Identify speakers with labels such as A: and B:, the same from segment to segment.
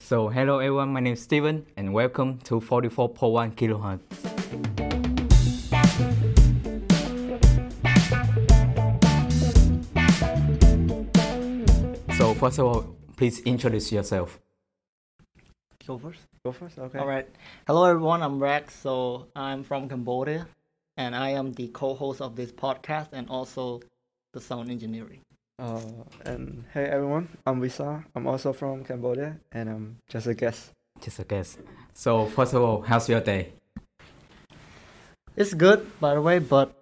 A: So hello everyone, my name is Steven and welcome to 44.1 kHz. So first of all, please introduce yourself.
B: Go first.
C: Go first. Okay.
B: All right. Hello, everyone. I'm Rex. So I'm from Cambodia, and I am the co-host of this podcast and also the sound engineering.
C: Uh, and hey everyone, I'm Visa. I'm also from Cambodia, and I'm just a guest.
A: Just a guess. So first of all, how's your day?
B: It's good, by the way, but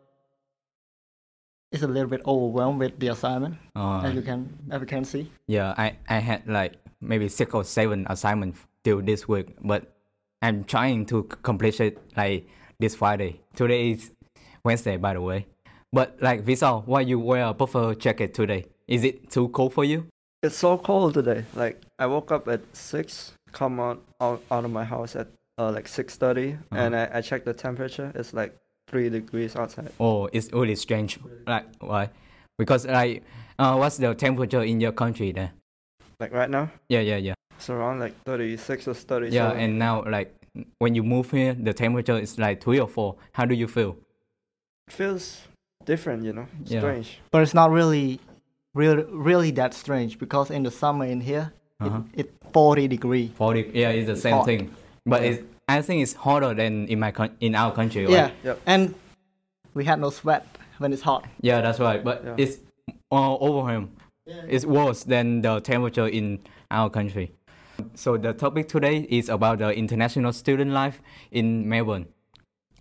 B: it's a little bit overwhelmed with the assignment,
A: Uh,
B: as you can as you can see.
A: yeah, I, I had like maybe six or seven assignments due this week, but I'm trying to c- complete it like this Friday. Today is Wednesday, by the way. But like Vishal, why you wear a puffer jacket today? Is it too cold for you?
C: It's so cold today. Like I woke up at six, come out out, out of my house at uh, like six
B: Uh-huh.
C: and I, I checked the temperature. It's like three degrees outside.
A: Oh, it's really strange. Like why? Because like, uh, what's the temperature in your country then?
C: Like right now,
A: Yeah, yeah, yeah.
C: it's around like thirty six or thirty.
A: Yeah, and now like when you move here, the temperature is like three or four. How do you feel?
C: it feels different. You know,
A: Yeah.
C: strange.
B: But it's not really, really, really that strange because in the summer in here,
A: Uh-huh.
B: it, it's 40 degree.
A: Forty. Yeah, it's the same
B: hot.
A: thing. But
B: Yeah.
A: it's, I think it's hotter than in my coun- in our country.
B: Yeah.
A: Right?
C: Yep.
B: And we had no sweat when it's hot.
A: Yeah, that's right. But
C: Yeah.
A: it's all over him. It's worse than the temperature in our country. So the topic today is about the international student life in Melbourne.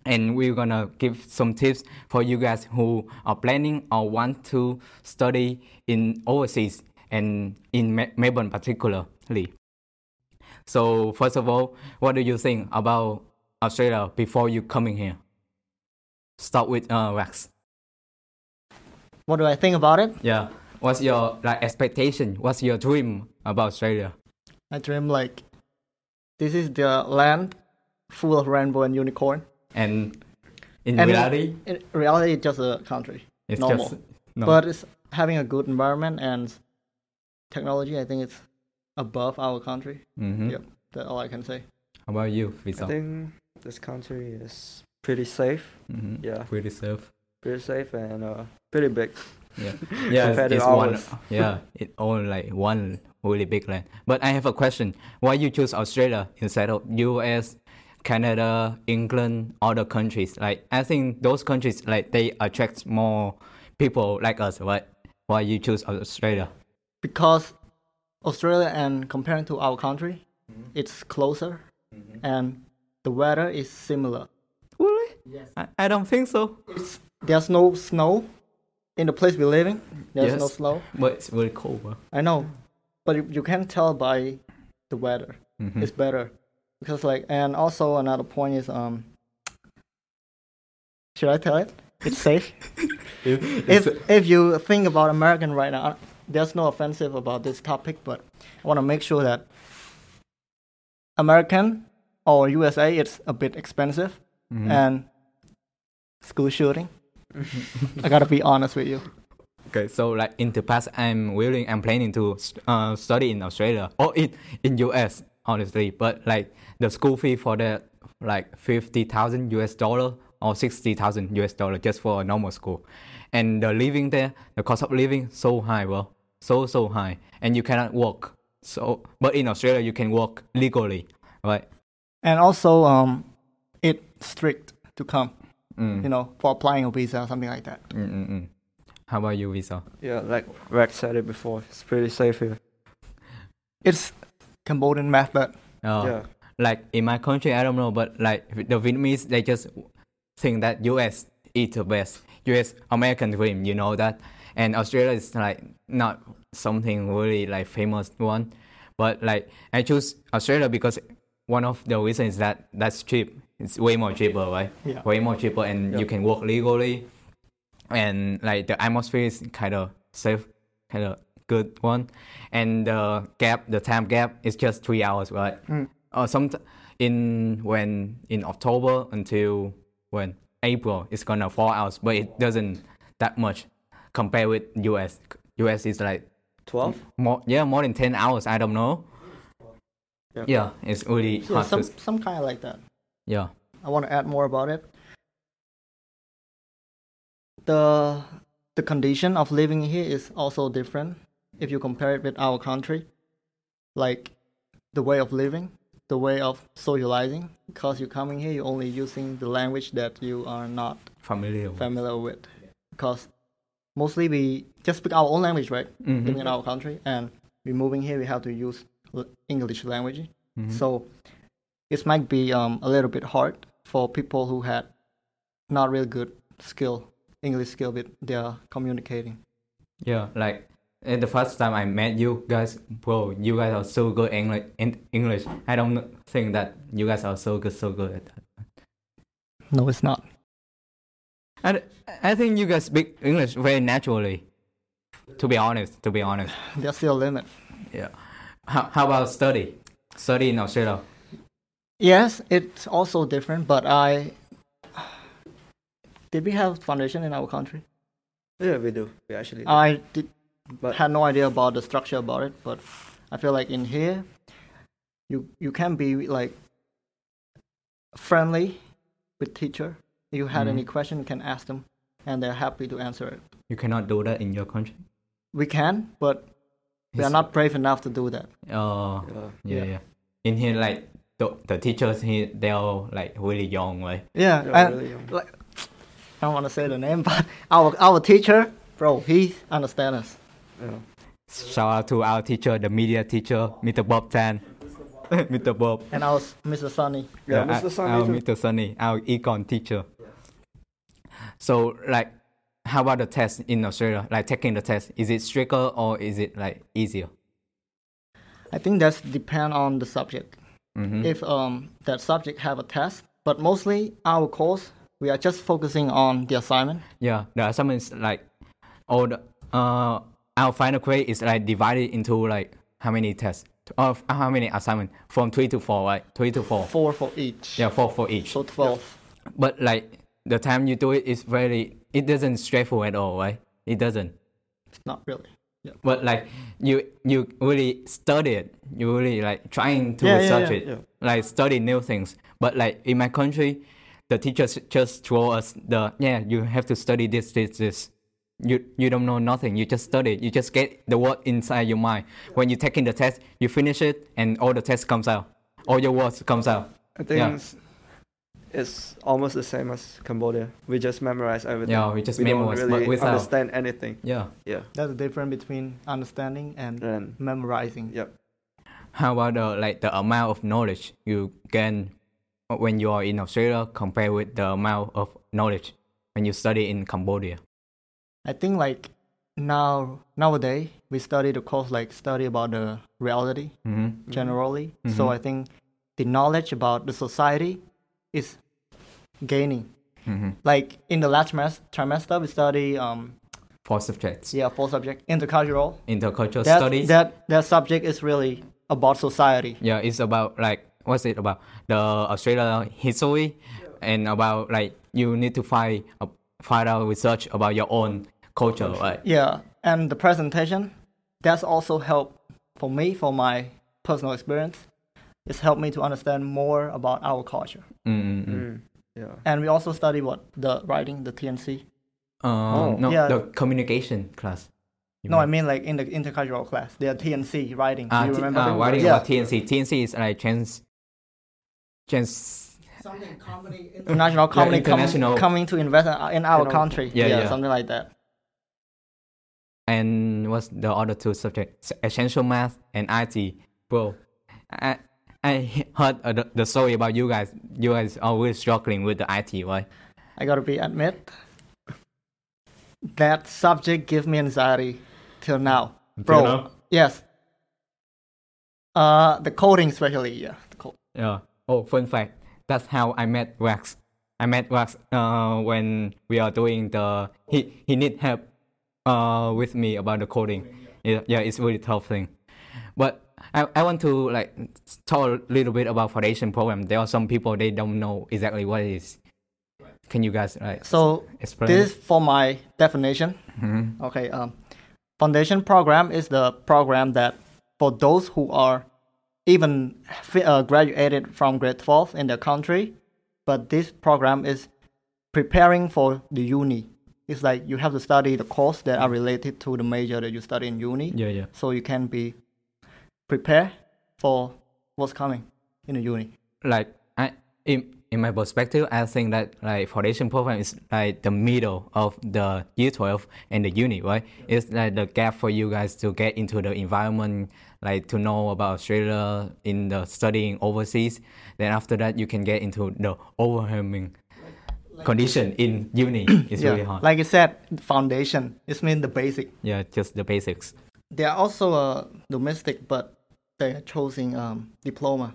A: And we're gonna give some tips for you guys who are planning or want to study in overseas and in Me- Melbourne particularly. So first of all, what do you think about Australia before you coming here? Start with uh, Rex.
B: What do I think about it?
A: Yeah. What's your like expectation? What's your dream about Australia?
B: I dream like this is the land full of rainbow and unicorn.
A: And in
B: And
A: reality,
B: In reality, it's just a country,
A: it's
B: normal.
A: just no.
B: but it's having a good environment and technology. I think it's above our country.
A: Mhm.
B: Yep. That's all I can say.
A: How about you,
C: I
A: Visa?
C: think this country is pretty safe.
A: Mhm.
C: Yeah,
A: Pretty safe.
C: pretty safe and uh, pretty big.
A: Yeah,
C: Compared
A: it's,
C: to
A: it's one.
C: ours.
A: Yeah, it all like one really big land. But I have a question. Why you choose Australia instead of U.S., Canada, England, other countries? Like I think those countries like they attract more people like us, right? Why you choose Australia?
B: Because Australia and comparing to our country,
A: Mm-hmm.
B: it's closer and the weather is similar.
A: Really? I, I don't think so.
B: It's, there's no snow in the place we live in. There's no
A: Yes.
B: snow.
A: But it's really cold. Huh?
B: I know, but you, you can tell by the weather.
A: Mhm.
B: It's better because like and also another point is um. Should I tell it? It's safe. if if you think about American right now, there's no offensive about this topic, but I want to make sure that American or USA it's a bit expensive
A: mm-hmm.
B: and school shooting. I gotta be honest with you.
A: okay, so like in the past, I'm willing, I'm planning to uh, study in Australia or in in US, honestly. But like the school fee for that, like fifty thousand US dollar or sixty thousand US dollar just for a normal school, and the living there, the cost of living so high, bro, so so high, and you cannot work. So, but in Australia, you can work legally, right?
B: And also, um, it's strict to come.
A: Mm.
B: You know, for applying a visa or something like that.
A: Mm, mm, mm. How about you, Visa?
C: Yeah, like Rex said it before. It's pretty safe here.
B: It's Cambodian method.
A: Uh,
C: yeah.
A: like in my country i don't know but like the vietnamese they just think that us is the best us american dream you know that and australia is like not something really like famous one but like i choose australia because one of the reasons is that that's cheap it's way more cheaper right
B: Yeah.
A: way more cheaper and you
C: Yeah.
A: can work legally and like the atmosphere is kind of safe kind of good one and the gap the time gap is just three hours right uh, some in when in October until when April it's gonna four hours, but it doesn't that much compared with US. US is like
C: Twelve.
A: more yeah more than ten hours. I don't know. Yeah, it's really
B: Yeah,
A: hard
B: some
A: to.
B: some kind of like that.
A: Yeah.
B: I want to add more about it. The the condition of living here is also different if you compare it with our country. Like the way of living, the way of socializing, because you're coming here, you're only using the language that you are not
A: Familiar. with.
B: familiar with. Because mostly we just speak our own language, right?
A: Mhm.
B: Living in our country, and we're moving here, we have to use l- English language.
A: Mhm.
B: So it might be um, a little bit hard for people who had not really good skill, English skill with their communicating.
A: Yeah, like eh, the first time I met you guys, bro, you guys are so good English. In English, I don't think that you guys are so good, so good at that.
B: No, it's not.
A: And I think you guys speak English very naturally. To be honest, to be honest.
B: There's still a limit.
A: Yeah. How, how about study? Study in Australia.
B: Yes, it's also different, but I. Did we have foundation in our country?
C: Yeah, we do. We actually do.
A: Uh,
B: I did,
C: But-
B: had no idea about the structure about it, but I feel like in here, you you can be like friendly with teacher. You
A: Mhm.
B: had
C: Mm-hmm.
B: any question, you can ask them, and they're happy to answer it.
A: You cannot do that in your country.
B: We can, but we are
A: It's-
B: not brave enough to do that.
A: Uh,
C: Yeah.
A: yeah,
B: Yeah.
A: yeah. In here, like the, the teachers here, they are like really young, right?
B: Yeah,
C: Yeah,
B: and
A: uh,
C: really young.
B: like I don't want to say the name, but our our teacher, bro, he understands us.
C: Yeah.
A: Shout out to our teacher, the media teacher, Mr. Bob Tan, Mr. Bob.
B: And our s- Mr. Sunny,
C: Yeah,
A: Yeah,
C: Mr.
A: our
C: Sunny. too.
A: Mr. Sunny, our econ teacher. So, like, how about the test in Australia? Like, taking the test, is it stricter or is it like easier?
B: I think that's depend on the subject.
A: Mm-hmm.
B: if um, that subject have a test. But mostly our course, we are just focusing on the assignment.
A: yeah, the assignment is like all the uh, our final grade is like divided into like how many tests or how many assignment from three to four, right? Three to four.
B: Four for each.
A: Yeah, four for each.
B: So 12.
A: But like the time you do it is very, it doesn't stressful at all, right? It doesn't.
B: Not really. Yeah.
A: but like you you really study it you really like trying to
B: Yeah, yeah,
A: research
B: yeah,
A: it like study new things but like in my country the teachers just throw us the yeah you have to study this this this you you don't know nothing you just study it. you just get the word inside your mind when you take in the test you finish it and all the test comes out all your words comes out
C: I think
A: yeah.
C: it's, it's almost the same as Cambodia. We just memorize everything.
A: Yeah, we just
C: don't
A: memorize, but
C: really
A: without-
C: understand anything.
A: yeah
C: Yeah.
B: That's the difference between understanding and
C: And
B: memorizing.
C: yep.
A: how about the like the amount of knowledge you gain when you are in Australia compared with the amount of knowledge when you study in Cambodia?
B: I think like now nowadays we study the course like study about the reality
A: Mm-hmm.
B: generally. So I think the knowledge about the society is gaining.
A: Mm-hmm.
B: Like in the last trimest- trimester, we study um
A: Four subjects.
B: yeah four subject intercultural
A: Intercultural
B: that,
A: studies.
B: That that subject is really about society.
A: yeah, it's about like what's it about the Australia history and about like you need to find uh, find out research about your own culture, right?
B: Yeah, and the presentation, that's also helped for me for my personal experience. It's helped me to understand more about our culture.
A: mm mm
C: Mm. Yeah.
B: And we also study what the writing, the TNC.
A: Um,
C: Oh.
A: No,
B: Yeah.
A: the communication class. you
B: No, I
A: mean.
B: mean like in the intercultural class, they are TNC writing.
A: Ah,
B: Do you
A: t-
B: remember?
A: ah, writing
B: yeah.
A: about TNC. TNC is like trans, trans.
B: Something comedy, international comedy, com-
A: international.
B: coming to invest uh, in our
C: You know,
B: country.
A: yeah, yeah.
B: something like that.
A: And what's the other two subjects? Essential math and IT. Bro, I I heard uh, the, the story about you guys. You guys are really struggling with the IT, right?
B: I gotta be admit, that subject give me anxiety till now, bro.
A: now?
B: Yes. Uh, the coding especially, yeah. The co-
A: Yeah. Oh, fun fact. That's how I met Wax. I met Wax uh, when we are doing the. He he need help uh, with me about the coding. Yeah, yeah, it's really tough thing. But I, I want to like talk a little bit about foundation program. There are some people they don't know exactly what it is. Can you guys like
B: So
A: explain?
B: this for my definition.
A: Mhm.
B: Okay. Um, foundation program is the program that for those who are even fi- uh, graduated from grade 12 in their country, but this program is preparing for the uni. It's like you have to study the course that are related to the major that you study in uni,
A: Yeah, yeah.
B: so you can be prepared for what's coming in the uni.
A: Like I in in my perspective, I think that like foundation program is like the middle of the year twelve and the uni, right? It's like the gap for you guys to get into the environment, like to know about Australia in the studying overseas. Then after that, you can get into the overwhelming condition in uni. It's
B: yeah,
A: really hard.
B: like you said, foundation. It means the basic.
A: yeah, just the basics.
B: They are also uh, domestic, but they are choosing um, diploma.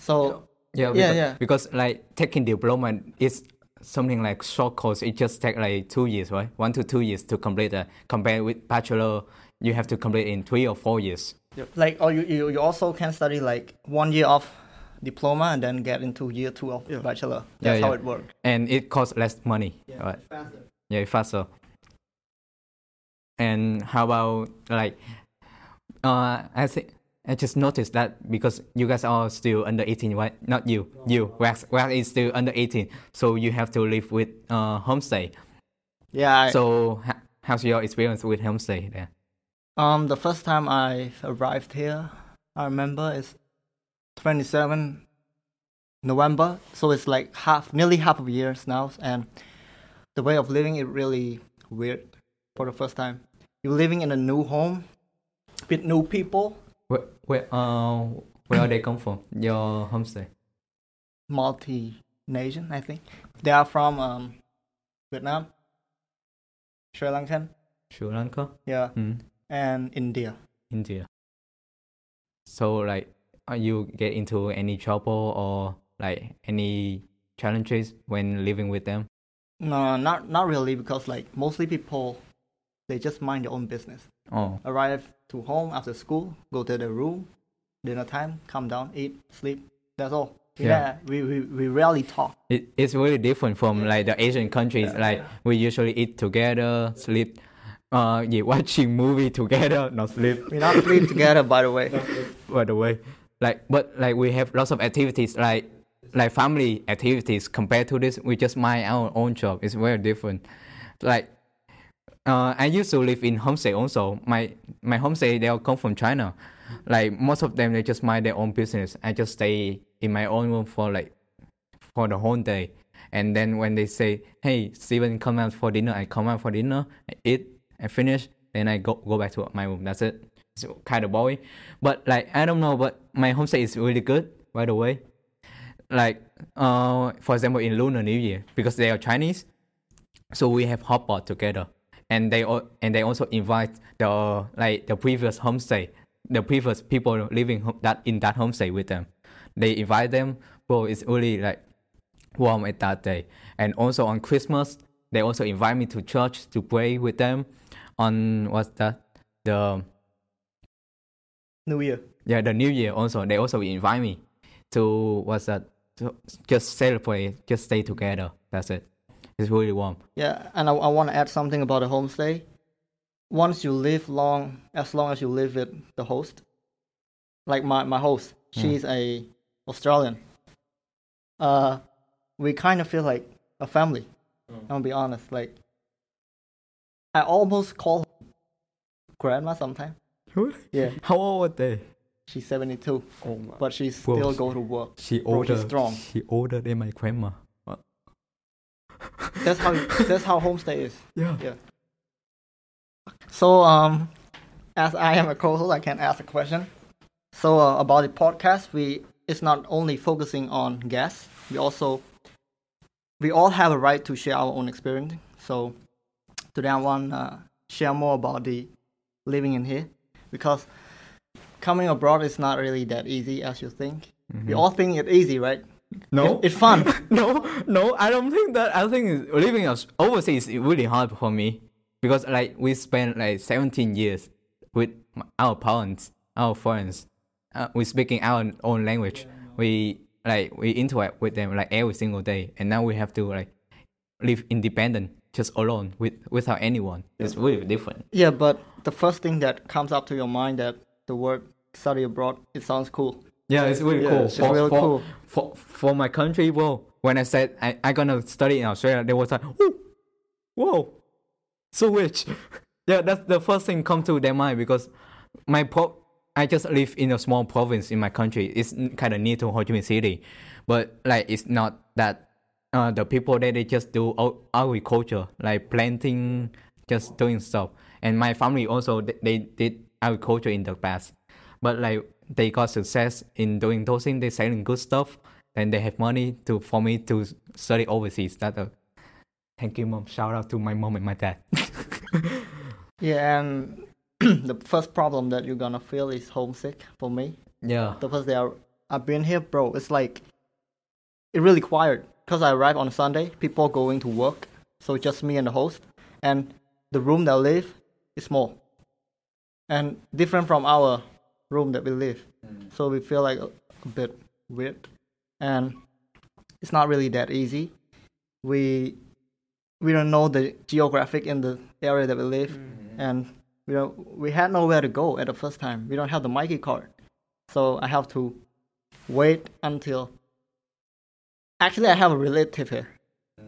B: So
A: Yeah,
B: Yeah,
A: because,
B: yeah.
A: Because like taking diploma is something like short course. It just take like two years, right? One to two years to complete that. Compared with bachelor, you have to complete in three or four years.
B: like or you, you you also can study like one year of diploma and then get into year two of
C: Yeah.
B: bachelor that's
A: Yeah,
B: how
A: yeah.
B: it works
A: and it costs less money. Yeah, right? yeah faster. And how about like, uh, I think I just noticed that because you guys are still under eighteen, right? Not you, you Wax Wax is still under eighteen, so you have to live with uh homestay.
B: yeah I,
A: So ha- how's your experience with homestay there?
B: um the first time i arrived here i remember it's 27 november so it's like half nearly half of years now and the way of living is really weird for the first time you're living in a new home with new people
A: Where where uh where they come from? Your homestay?
B: multi-nation, I think. They are from um, Vietnam, Sri Lankan,
A: Sri Lanka,
B: yeah,
A: mm.
B: and India.
A: India. So like, are you get into any trouble or like any challenges when living with them?
B: No, not not really, because like mostly people, they just mind their own business.
A: Oh,
B: Arrive to home after school, go to their room, dinner time, come down, eat, sleep. That's all. Yeah,
A: Yeah.
B: we, we we rarely talk.
A: it, it's really different from like the Asian countries. Like we usually eat together, sleep, uh, yeah, watching movie together, not sleep.
B: We not sleep together, by the way.
A: by the way. Like, but like we have lots of activities, like like family activities. Compared to this, we just mind our own job. It's very different. Like, uh, I used to live in homestay also. My my homestay they all come from China. Like most of them, they just mind their own business. I just stay in my own room for like for the whole day. And then when they say, "Hey, Steven, come out for dinner," I come out for dinner. I eat, I finish, then I go go back to my room. That's it. It's kind of boring. But like I don't know, but my homestay is really good, by the way. Like uh for example in Lunar New Year, because they are Chinese, so we have hotpot together. And they al- and they also invite the like the previous homestay, the previous people living ho- that in that homestay with them. They invite them, bro. It's really like warm at that day. And also on Christmas, they also invite me to church to pray with them. On what's that? The
B: New Year.
A: yeah, the New Year also they also invite me to what's that? To just celebrate, just stay together. That's it. It's really warm.
B: Yeah, and I, I want to add something about the homestay. Once you live long, as long as you live with the host, like my, my host, she's a Australian. Uh, we kind of feel like a family. i will be honest. Like, I almost call her grandma sometimes. Yeah,
A: How old are they?
B: she's seventy-two,
C: Oh my.
B: but she still
A: Whoa.
B: go to work.
A: She
B: Bro, she's strong.
A: She older than my grandma.
B: That's how that's how homestay is.
A: Yeah.
B: Yeah. So, um, as I am a co-host, I can ask a question. So uh, about the podcast, we it's not only focusing on guests. We also we all have a right to share our own experience. So today I want uh, share more about the living in here because coming abroad is not really that easy as you think. We all think it's easy, right?
A: No.
B: It- it's fun.
A: no, no, I don't think that. I think living us- overseas is really hard for me because like we spent like 17 years with m- our parents, our friends. Uh, we speaking our own language. We like we interact with them like every single day, and now we have to like live independent, just alone with without anyone. It's really different.
B: Yeah, but the first thing that comes up to your mind that the word study abroad. It sounds cool.
A: Yeah, it's really
C: Yeah,
A: cool.
C: it's
A: for,
B: really
A: for,
B: cool.
A: For, for my country, well, when I said I, I gonna study in Australia, they was like, Ooh, whoa, so rich. yeah, that's the first thing come to their mind because my pro- I just live in a small province in my country. It's kind of near to Ho Chi Minh City, but like it's not that uh, the people there they just do o- agriculture, like planting, just doing stuff. And my family also they, they did agriculture in the past, but like they got success in doing those things. They selling good stuff, and they have money to for me to study overseas. That uh, thank you, mom. Shout out to my mom and my dad.
B: Yeah, and the first problem that you're gonna feel is homesick for me.
A: yeah.
B: The first day I, I've been here, bro, it's like it really quiet. Cause I arrive on a Sunday, people going to work, so just me and the host, and the room that I live is small, and different from our room that we live. So we feel like a, a bit weird, and it's not really that easy. We we don't know the geographic in the area that we live, and we don't, we had nowhere to go at the first time. We don't have the Mikey card, so I have to wait until. Actually, I have a relative here,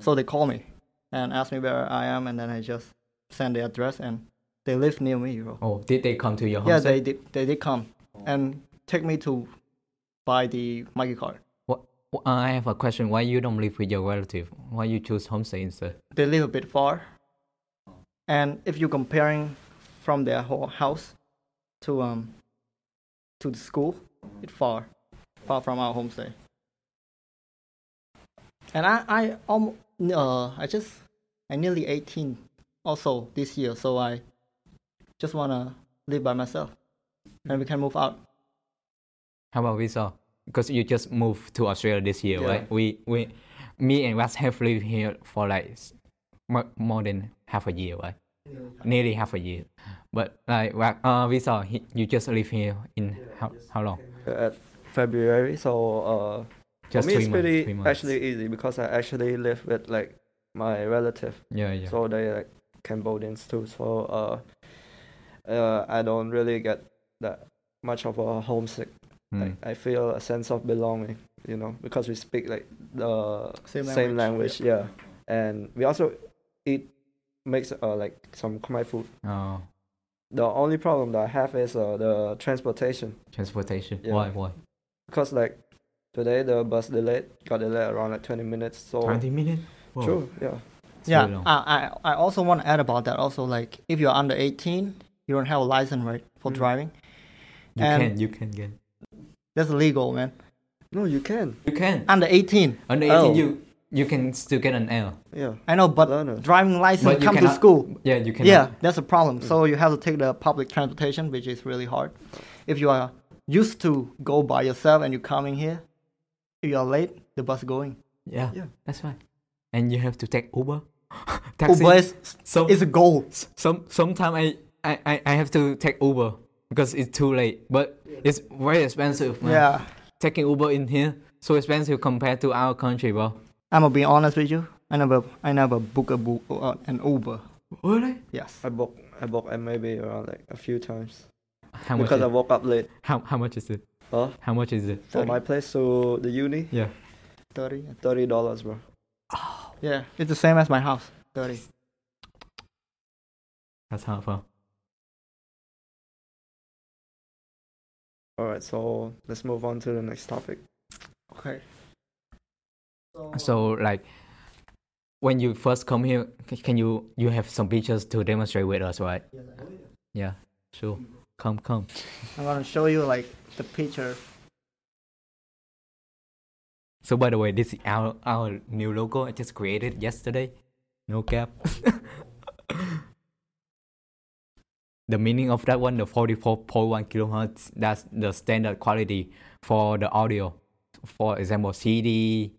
B: so they call me and ask me where I am, and then I just send the address, and they live near me, bro.
A: Oh, did they come to your home?
B: yeah,
A: sir?
B: they did. They did come and take me to buy the Mikey card.
A: What, wh- uh, I have a question. Why you don't live with your relative? Why you choose homestay instead?
B: they live a bit far. And if you're comparing from their whole house to um to the school, it's far, far from our homestay. And I I almost uh I just I nearly 18 also this year, so I just wanna live by myself, and we can move out.
A: How about visa? Because you just moved to Australia this year,
B: Yeah.
A: right? We we, me and Russ have lived here for like s- more, more than half a year, right? Nearly half a year. But like Ra- uh, visa, he, you just live here in how, how long?
C: at February. So uh,
A: Just
C: for me,
A: three
C: it's
A: months,
C: pretty
A: three months.
C: actually easy because I actually live with like my relative,
A: Yeah, yeah.
C: so they like Cambodians too. So uh, uh, I don't really get that much of a homesick.
A: Mm.
C: Like, I feel a sense of belonging, you know, because we speak like the
B: Same
C: same language,
B: language,
C: yeah. And we also eat makes uh, like some Khmer food.
A: Oh,
C: The only problem that I have is uh, the transportation.
A: transportation.
C: Yeah.
A: Why? Why?
C: because like today the bus delayed got delayed around like 20 minutes so
A: Twenty Oh. minutes. Whoa,
C: Oh. true yeah
A: it's
B: Yeah,
A: really long.
B: I, I I also want to add about that. Also, like if you're under 18, you don't have a license right for
C: Mm.
B: driving.
A: you
B: and-
A: can. You can get.
B: That's illegal, man.
C: no you can
A: You can.
B: Under 18,
A: Under 18,
C: Oh.
A: you you can still get an L.
C: yeah
B: I know, but
C: learner
B: driving license
A: But you
B: come
A: cannot- Mm.
B: to school.
A: Yeah, you can.
B: Yeah, that's a problem. So you have to take the public transportation, which is really hard. If you are used to go by yourself and you're coming here, if you are late, the bus going.
A: Yeah,
C: Yeah.
A: that's right. And you have to take Uber. Taxi.
B: Uber is,
A: Some
B: is a goal.
A: some sometime I, I I I have to take Uber because it's too late. But it's very expensive. Man.
B: Yeah,
A: Taking Uber in here so expensive compared to our country, bro.
B: I'm gonna be honest with you. I never, I never book a book uh, an Uber.
A: Really?
B: Yes,
C: i booked i booked and maybe around like a few times
A: How much?
C: because
A: Is,
C: i woke up late
A: how how much is it?
C: huh?
A: How much is it?
B: Oh
C: from my place to the uni
A: Yeah.
B: thirty.
C: thirty dollars bro
B: Yeah, it's the same as my house. Thirty.
A: That's how far.
C: all right so let's move on to the next topic
B: Okay.
A: So like, when you first come here, c- can you you have some pictures to demonstrate with us, right? Yeah. Sure. Come come.
B: I'm gonna show you like the picture.
A: So by the way, this is our our new logo I just created yesterday. No cap. the meaning of that one, the 44.1 kilohertz, that's the standard quality for the audio. For example, CD,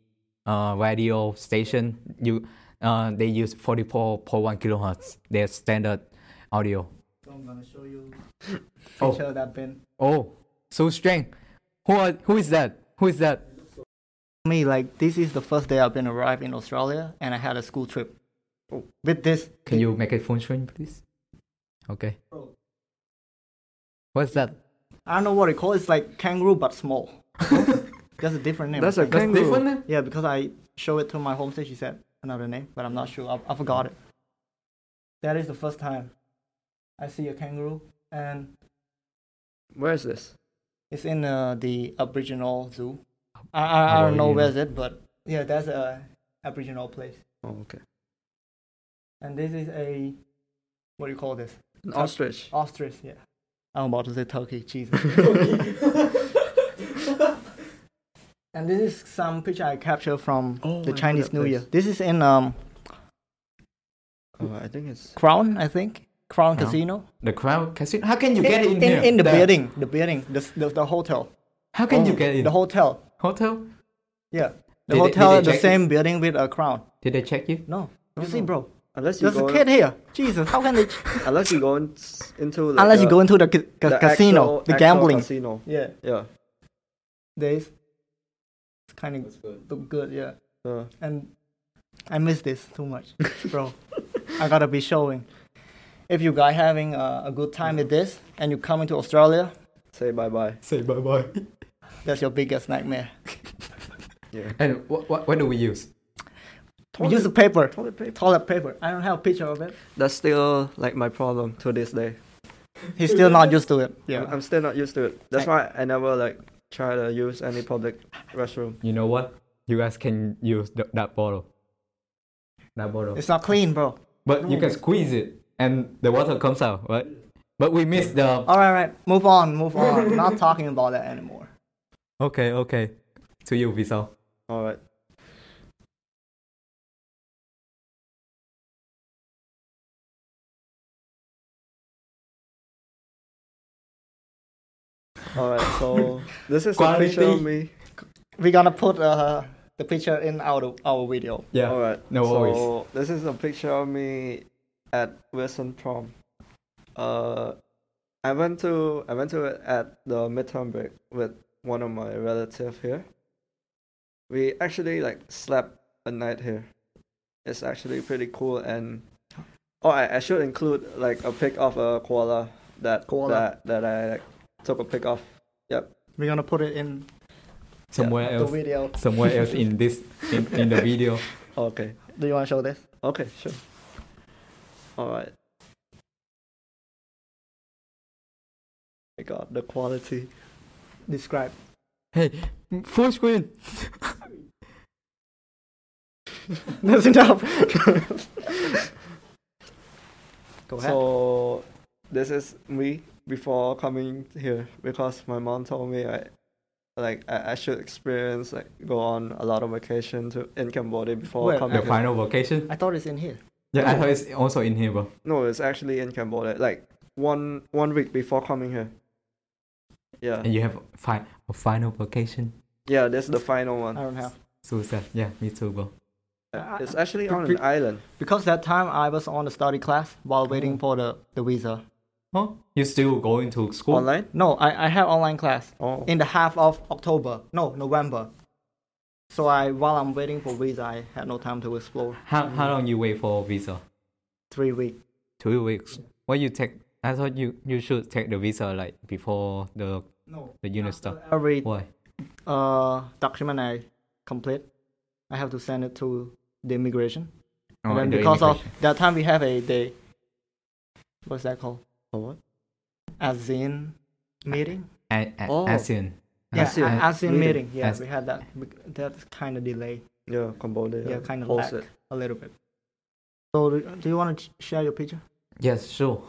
A: uh, radio station, you uh, they use 44.1 kilohertz. Their standard audio.
B: So I'm gonna show you
A: Oh.
B: picture that been
A: Oh, so strange. Who are, who is that? Who is that?
B: me like this is the first day I've been arrived in Australia and I had a school trip.
C: Oh.
B: With this,
A: Can you make a phone screen, please? Okay. What's that?
B: I don't know what it called. It's like kangaroo but small. That's a different name. I
C: That's a
B: think.
C: kangaroo.
D: different.
B: Yeah, because I show it to my homestay, she said another name, but I'm not sure. I, I forgot it. That is the first time I see a kangaroo, and
C: Where is this?
B: it's in uh, the Aboriginal Zoo. I, I, I don't know where is it, but yeah, that's a Aboriginal place.
C: Oh, okay.
B: And this is a what do you call this?
C: An
B: Tuck-
C: ostrich.
B: Ostrich. Yeah. I'm about to say turkey. Jesus. and this is some picture I captured from
C: Oh,
B: the
C: I know
B: Chinese
C: that
B: New
C: place.
B: Year. This is in um
C: Oh, I think it's.
B: Crown, I think. Crown
A: Crown.
B: Casino.
A: The crowd casino. How can you get in, here?
B: in the
A: There.
B: building, the building, the s- the, the hotel,
A: How can
C: Oh,
A: you get in?
B: the hotel.
A: Hotel?
B: Yeah, the
A: Did they-
B: hotel,
A: did they
B: the
A: check Oh
B: same building with a crown.
A: Did they check you?
B: No, you
C: No,
B: see,
C: no.
B: bro,
C: Unless you
B: there's
C: go.
B: a kid here. Jesus, how can they? ch-
C: Unless you go in, s- into. Like
B: Unless
C: the,
B: you go into the, ca- ca-
C: the
B: casino,
C: actual-
B: the
C: actual
B: gambling.
C: casino.
B: Yeah,
C: Yeah.
B: there's it's kind of
A: good.
B: look good. Yeah,
C: yeah.
B: and I miss this too much, bro. I gotta be showing. If you guys having uh, a good time with this and you coming to Australia,
C: Say bye bye.
A: Say bye bye.
B: that's your biggest nightmare.
C: Yeah.
A: And what, what, what do we use?
B: We use the paper,
C: toilet paper.
B: toilet paper. I don't have a picture of it.
C: That's still like my problem to this day.
B: He's still not used to it.
C: Yeah.
B: Yeah.
C: I'm still not used to it. That's why I never like try to use any public restroom.
A: You know what? You guys can use th- that bottle. That bottle.
B: It's not clean, bro.
A: but you can squeeze it and the water comes out, right? But we missed the.
B: All right, all right. Move on, move on. not talking about that anymore.
A: Okay, okay. To you, Visa.
C: All right. All right. So this is the picture of
A: Quality.
C: me.
B: We're gonna put uh, the picture in our our video.
A: Yeah.
C: All right.
A: No
C: so
A: worries.
C: this is a picture of me at Wilson Prom. Uh, I went to I went to it at the midterm break with one of my relative here. We actually like slept a night here. It's actually pretty cool and oh I, I should include like a pic of a koala that
B: Koala.
C: that that I like, took a pic of.
B: We're gonna put it in
A: Somewhere
B: the
A: else.
B: video.
A: Somewhere else in this in, in the video.
C: Okay.
B: Do you wanna show this?
C: Okay, sure. All right. I got the quality.
B: Describe.
A: Hey, full screen.
B: That's enough. Go ahead.
C: So this is me before coming here because my mom told me I like I, I should experience like go on a lot of vacation to in Cambodia before
B: Where?
C: coming.
A: The
C: here.
A: final vacation.
B: I thought it's in here.
A: Yeah, I thought it's also in here, bro.
C: No, it's actually in Cambodia. Like one one week before coming here. Yeah.
A: And you have fi- a final vacation.
C: Yeah, this is the final
B: I
C: one.
B: don't have
A: Suicide. Yeah, me too, bro.
B: I-
C: It's actually
B: I-
C: on an island.
B: because that time I was on the study class while waiting for the, the visa.
A: Huh? You still going to school?
C: Online?
B: No, I, I had online class
C: Oh.
B: in the half of October. No, November. So I while I'm waiting for visa, I had no time to explore.
A: How how long you wait for visa?
B: Three weeks.
A: Two weeks. Why you take? I thought you you should take the visa like before the
B: No.
A: the unit start.
B: Every
A: Why?
B: uh, document I complete, I have to send it to the immigration.
A: Oh,
B: and then
A: the
B: because of
A: immigration.
B: that time, we have a day. What's that called?
C: Oh, what?
B: As in meeting.
A: A- a-
C: Oh.
A: ASEAN.
B: Yeah,
C: As in
B: a- as in
C: meeting.
B: meeting. Yeah,
A: As-
B: we had that. bec- That's kind of delay.
C: Yeah, Cambodia.
B: Yeah, kind of
C: Pulse
B: lack
C: it.
B: a little bit. So, do do you want to share your picture?
A: Yes, sure.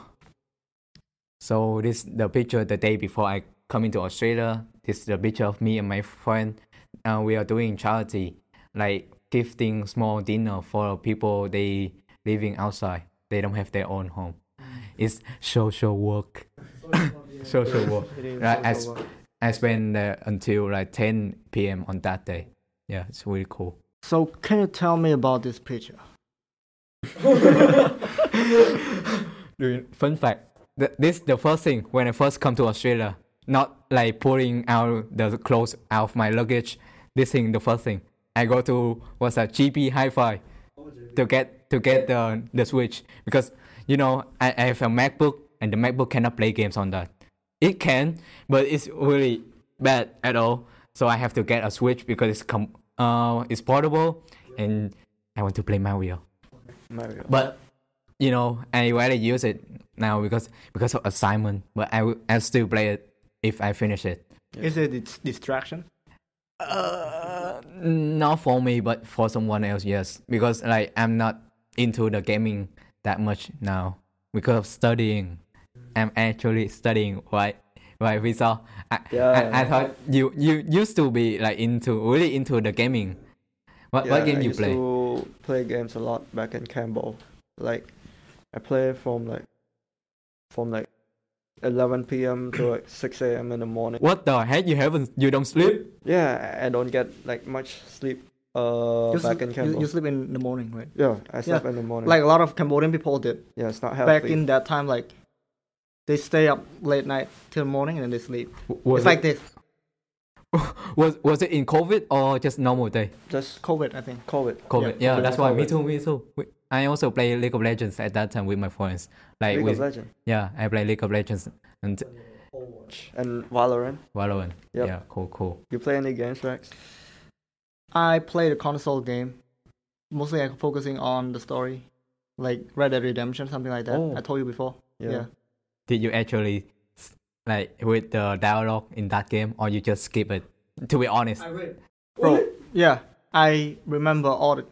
A: So this the picture the day before I come into Australia. This is the picture of me and my friend. Uh, we are doing charity, like gifting small dinner for people they living outside. They don't have their own home. It's social work. social work.
B: It is
A: Right,
B: also
A: as-
B: work.
A: I spent there until like 10 p.m. on that day. Yeah, it's really cool.
B: So, can you tell me about this picture?
A: Fun fact: th- This the first thing when I first come to Australia. Not like pulling out the clothes out of my luggage. This thing, the first thing I go to was a GB Hi-Fi to get to get the the Switch because you know I, I have a MacBook and the MacBook cannot play games on that. It can, but it's really bad at all. So I have to get a Switch because it's com- uh, it's portable, and I want to play Mario.
C: Mario.
A: But you know, I rather use it now because because of assignment. But I will I still play it if I finish it.
B: Is it a distraction?
A: Uh, not for me, but for someone else, yes. Because like I'm not into the gaming that much now because of studying. I'm actually studying, right? Right, we saw. I, I, I
C: Yeah.
A: thought you you used to be like into really into the gaming. What what
C: Yeah,
A: game
C: I
A: you
C: used
A: play?
C: to play games a lot back in Campbell. Like I play from like from like 11 p.m. to like 6 a.m. in the morning.
A: What the heck? You haven't you don't sleep?
C: Yeah, I I don't get like much sleep. Uh, back
B: you, sleep,
C: in
B: you-
C: Campbell.
B: you sleep in the morning, right?
C: yeah, I slept
B: Yeah,
C: in the morning.
B: Like a lot of Cambodian people did
C: yeah, it's not
B: back
C: healthy.
B: in that time. Like they stay up late night till morning and then they sleep.
A: W- Was
B: it's like
A: it,
B: this
A: was was it in COVID or just normal day?
C: Just
B: COVID, I think.
C: COVID.
A: COVID. Yeah,
B: Yeah, yeah,
A: that's why. Me
C: COVID.
A: too. Me too. We- I also play League of Legends at that time with my friends. Like
C: League
A: we,
C: of Legends
A: yeah, I play League of Legends and
C: and Valorant.
A: Valorant.
C: Yep.
A: Yeah, cool, cool.
C: You play any games, Rex?
B: I play the console game. Mostly, I'm focusing on the story, like Red Dead Redemption, something like that.
C: Oh.
B: I told you before. Yeah.
A: Did you actually s- like with the dialogue in that game, or you just skip it? To be honest,
B: read. Bro, yeah, I remember all the,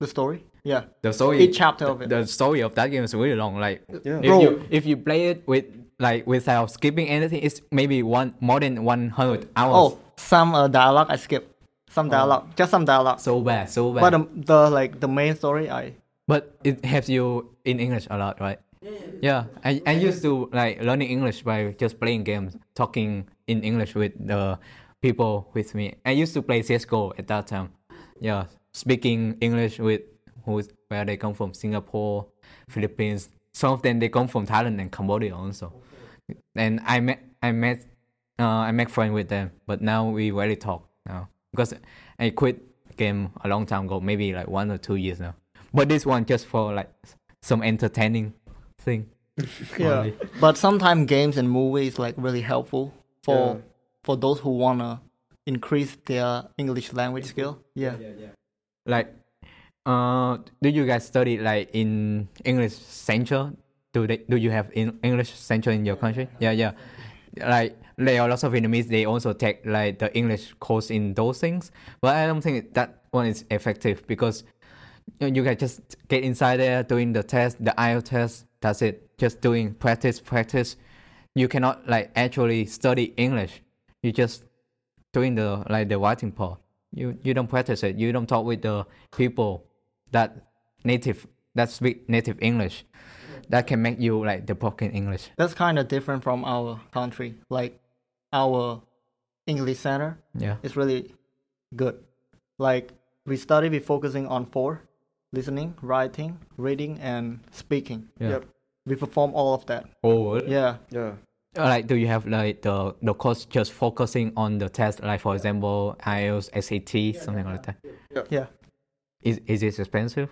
B: the story. Yeah,
A: the story,
B: each chapter of it.
A: the story of that game is really long. Like
C: Yeah.
A: if
B: Bro.
A: you if you play it with like without skipping anything, it's maybe one more than one hundred hours.
B: oh, some uh, dialogue I skip. Some dialogue, just some dialogue.
A: so bad, so bad.
B: But the, the like the main story, I
A: But it helps you in English a lot, right? Yeah, I, I used to like learning English by just playing games, talking in English with the people with me. I used to play CS:GO at that time. Yeah, speaking English with who's where they come from, Singapore, Philippines. Some of them they come from Thailand and Cambodia also. And I met I met uh, I make friends with them, but now we rarely talk now because I quit game a long time ago, maybe like one or two years now. But this one just for like s- some entertaining thing.
B: yeah.
A: only.
B: but sometimes games and movies like really helpful for
C: Yeah.
B: for those who wanna increase their English language skill. Yeah.
A: Like, uh, do you guys study like in English center? Do they do you have in English center in your country? Yeah, yeah. Like there are lots of Vietnamese. They also take like the English course in those things, but I don't think that one is effective because you you can just get inside there doing the test, the IELTS test. That's it. Just doing practice, practice. You cannot like actually study English. You just doing the like the writing part. You you don't practice it. You don't talk with the people that native that speak native English. That can make you like the broken English.
B: That's kind of different from our country. Like our English center
A: Yeah.
B: is really good. Like we study, we focusing on four: listening, writing, reading, and speaking.
A: Yeah.
C: Yep.
B: We perform all of that.
A: Oh.
B: Yeah.
C: Yeah.
A: Like, do you have like the the course just focusing on the test? Like, for example, IELTS, SAT, something like that.
B: Yeah.
A: Is is it expensive?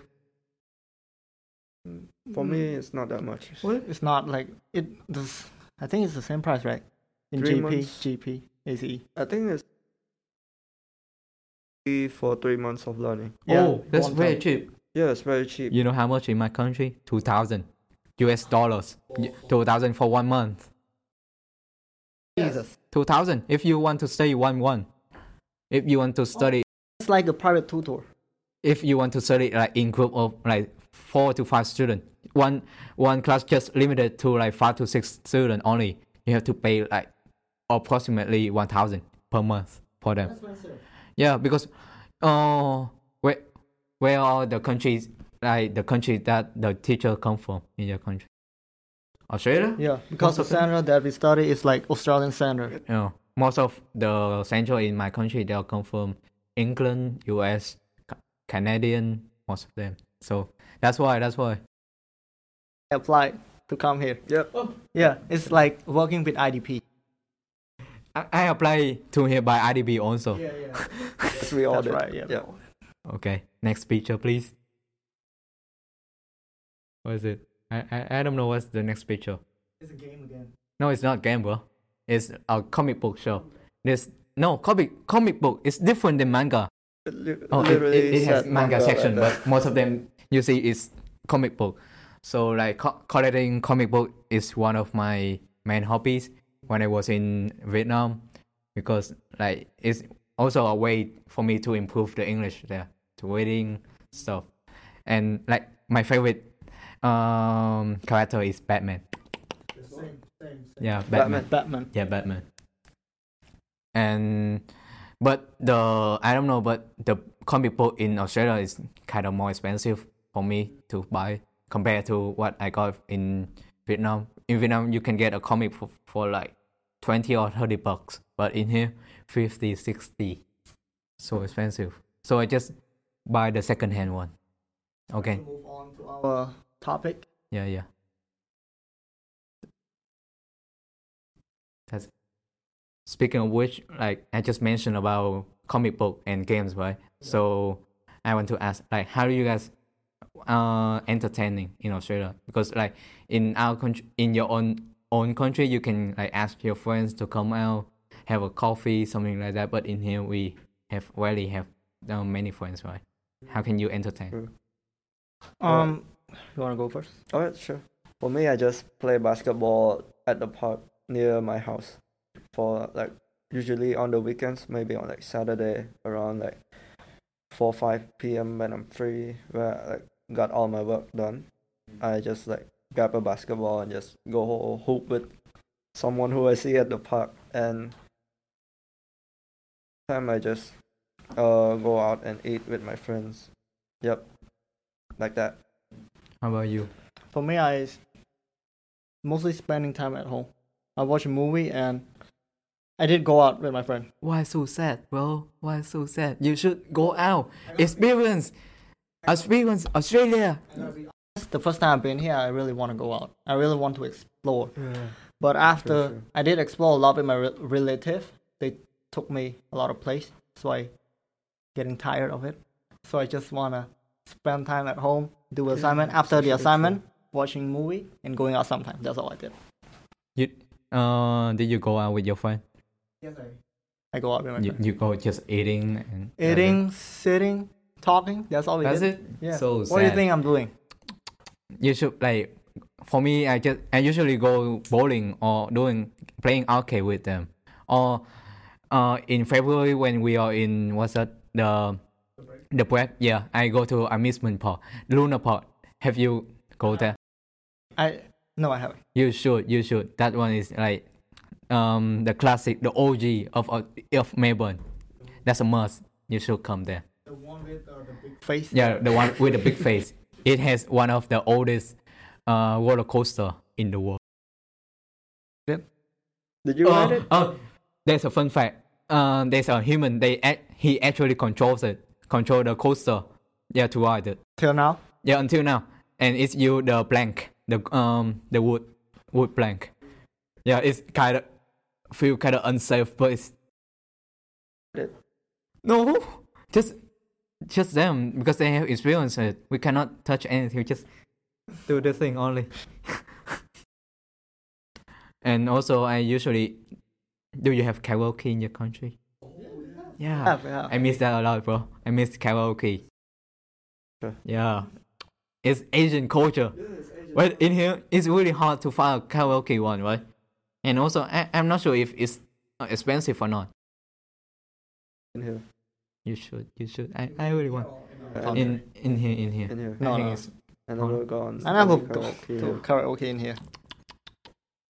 C: For me, it's not that much.
B: Well, it's not like it. This, I think it's the same price, right? In
C: Three
B: GP,
C: months.
B: GP, ACE.
C: I think it's free for three months of learning.
A: Oh, that's
B: one
A: very
B: time.
A: cheap.
C: Yeah, it's very cheap.
A: You know how much in my country? Two thousand, U.S. dollars. Two thousand for one month.
B: Jesus.
A: 2000 if you want to study 1 1 if you want to study
B: It's like a private tutor.
A: if you want to study like in group of like 4 to 5 students one one class just limited to like 5 to 6 students only you have to pay like approximately 1000 per month for them yeah because uh where where are the countries like the country that the teacher come from in your country australia
B: Yeah, because
A: Most
B: the
A: of them.
B: center that we study is like Australian center.
A: you know, most of the central in my country they'll come from England, US, Ca- Canadian, most of them. So that's why, that's why.
B: I applied to come here.
C: Yep.
B: Yeah, it's like working with IDP.
A: I, I apply to here by IDB also.
B: yeah.
C: Yes, we all
B: That's
C: did.
B: right. Yeah.
C: Yeah.
A: Oh, Okay, next picture, please. What is it? I, I I don't know what's the next picture.
B: It's a game again.
A: No, it's not game, bro. It's a comic book show. There's no comic comic book. It's different than manga.
C: Li-
A: Oh, it,
C: literally
A: it, it has
C: said
A: manga
C: like
A: section,
C: that.
A: but most of them you see is comic book. So like co- collecting comic book is one of my main hobbies when I was in Vietnam, because like it's also a way for me to improve the English there, to reading stuff, and like my favorite um character is Batman.
B: Same, same,
A: Yeah,
C: Batman.
B: Batman.
A: yeah, Batman. And but the I don't know, but the comic book in Australia is kind of more expensive for me to buy compared to what I got in Vietnam. In Vietnam, you can get a comic for, for like twenty or thirty bucks, but in here, 50, 60. So expensive. So I just buy the second hand one. Okay.
B: Move on to our Uh, topic.
A: Yeah, yeah. That's speaking of which, like I just mentioned about comic book and games, right? So I want to ask, like, how do you guys uh entertaining in Australia? Because like in our country, in your own own country, you can like ask your friends to come out, have a coffee, something like that. But in here, we have rarely have uh, many friends, right? How can you entertain?
C: Alright.
B: Um, you wanna go first?
C: Alright, sure. For me, I just play basketball at the park near my house for like usually on the weekends, maybe on like Saturday around like 4 5 p.m. when I'm free, where I like, got all my work done. I just like grab a basketball and just go ho- hoop with someone who I see at the park. And time I just uh, go out and eat with my friends. Yep, like that.
A: How about you?
B: For me, I s- mostly spending time at home. I watch a movie and I did go out with my friend.
A: Why so sad, bro? Why so sad? You should go out, experience, experience Australia.
B: It's the first time I've been here. I really want to go out. I really want to explore.
C: Yeah.
B: But after
C: sure.
B: I did explore a lot with my re- relative, they took me a lot of place, so I getting tired of it. So I just wanna spend time at home, do assignment. After the
C: social
B: assignment, watching movie and going out sometimes. That's all I did.
A: You, uh, did you go out with your friend?
B: Yes, I. I go out with my
A: You,
B: friend.
A: you go just eating and
B: Eating, sitting, talking. That's all we
A: That's
B: did.
A: it.
B: Yeah.
A: So sad.
B: What do you think I'm doing?
A: You should like. For me, I just I usually go bowling or doing playing arcade with them, or uh, in February when we are in what's that the the break? Yeah, I go to amusement park, Luna Park. Have you go there?
B: I no, I haven't.
A: You should, you should. That one is like um the classic, the OG of of- of Melbourne. That's a must. You should come there.
B: The one with uh, the big face.
A: Yeah, the one with the big face. It has one of the oldest uh roller coaster in the world.
C: Did you ride it?
A: Oh, oh, there's a fun fact. Um, there's a human. They act, he actually controls it, control the coaster. Yeah, to ride it.
B: Till now,
A: Yeah, until now, and it's you the plank, the um the wood wood plank. Yeah, it's kind of feel kind of unsafe, but it's
C: It-
A: no, just just them because they have experience. It. We cannot touch anything. We just do the thing only. and also, I usually do. You have karaoke in your country? Yeah.
B: have, yeah.
A: I miss that a lot, bro. I miss karaoke.
C: Sure.
A: Yeah, it's Asian culture. But in here, it's really hard to find a karaoke one, right? And also, I, I'm not sure if it's uh, expensive or not.
C: in here.
A: You should, you should. I, I really want
C: And-
A: in in here, in here.
C: in here.
B: No,
A: I think
B: no.
A: it's-
C: And then we'll go on.
B: I never
C: Sonic
B: go
C: Karaoke.
B: to karaoke in here.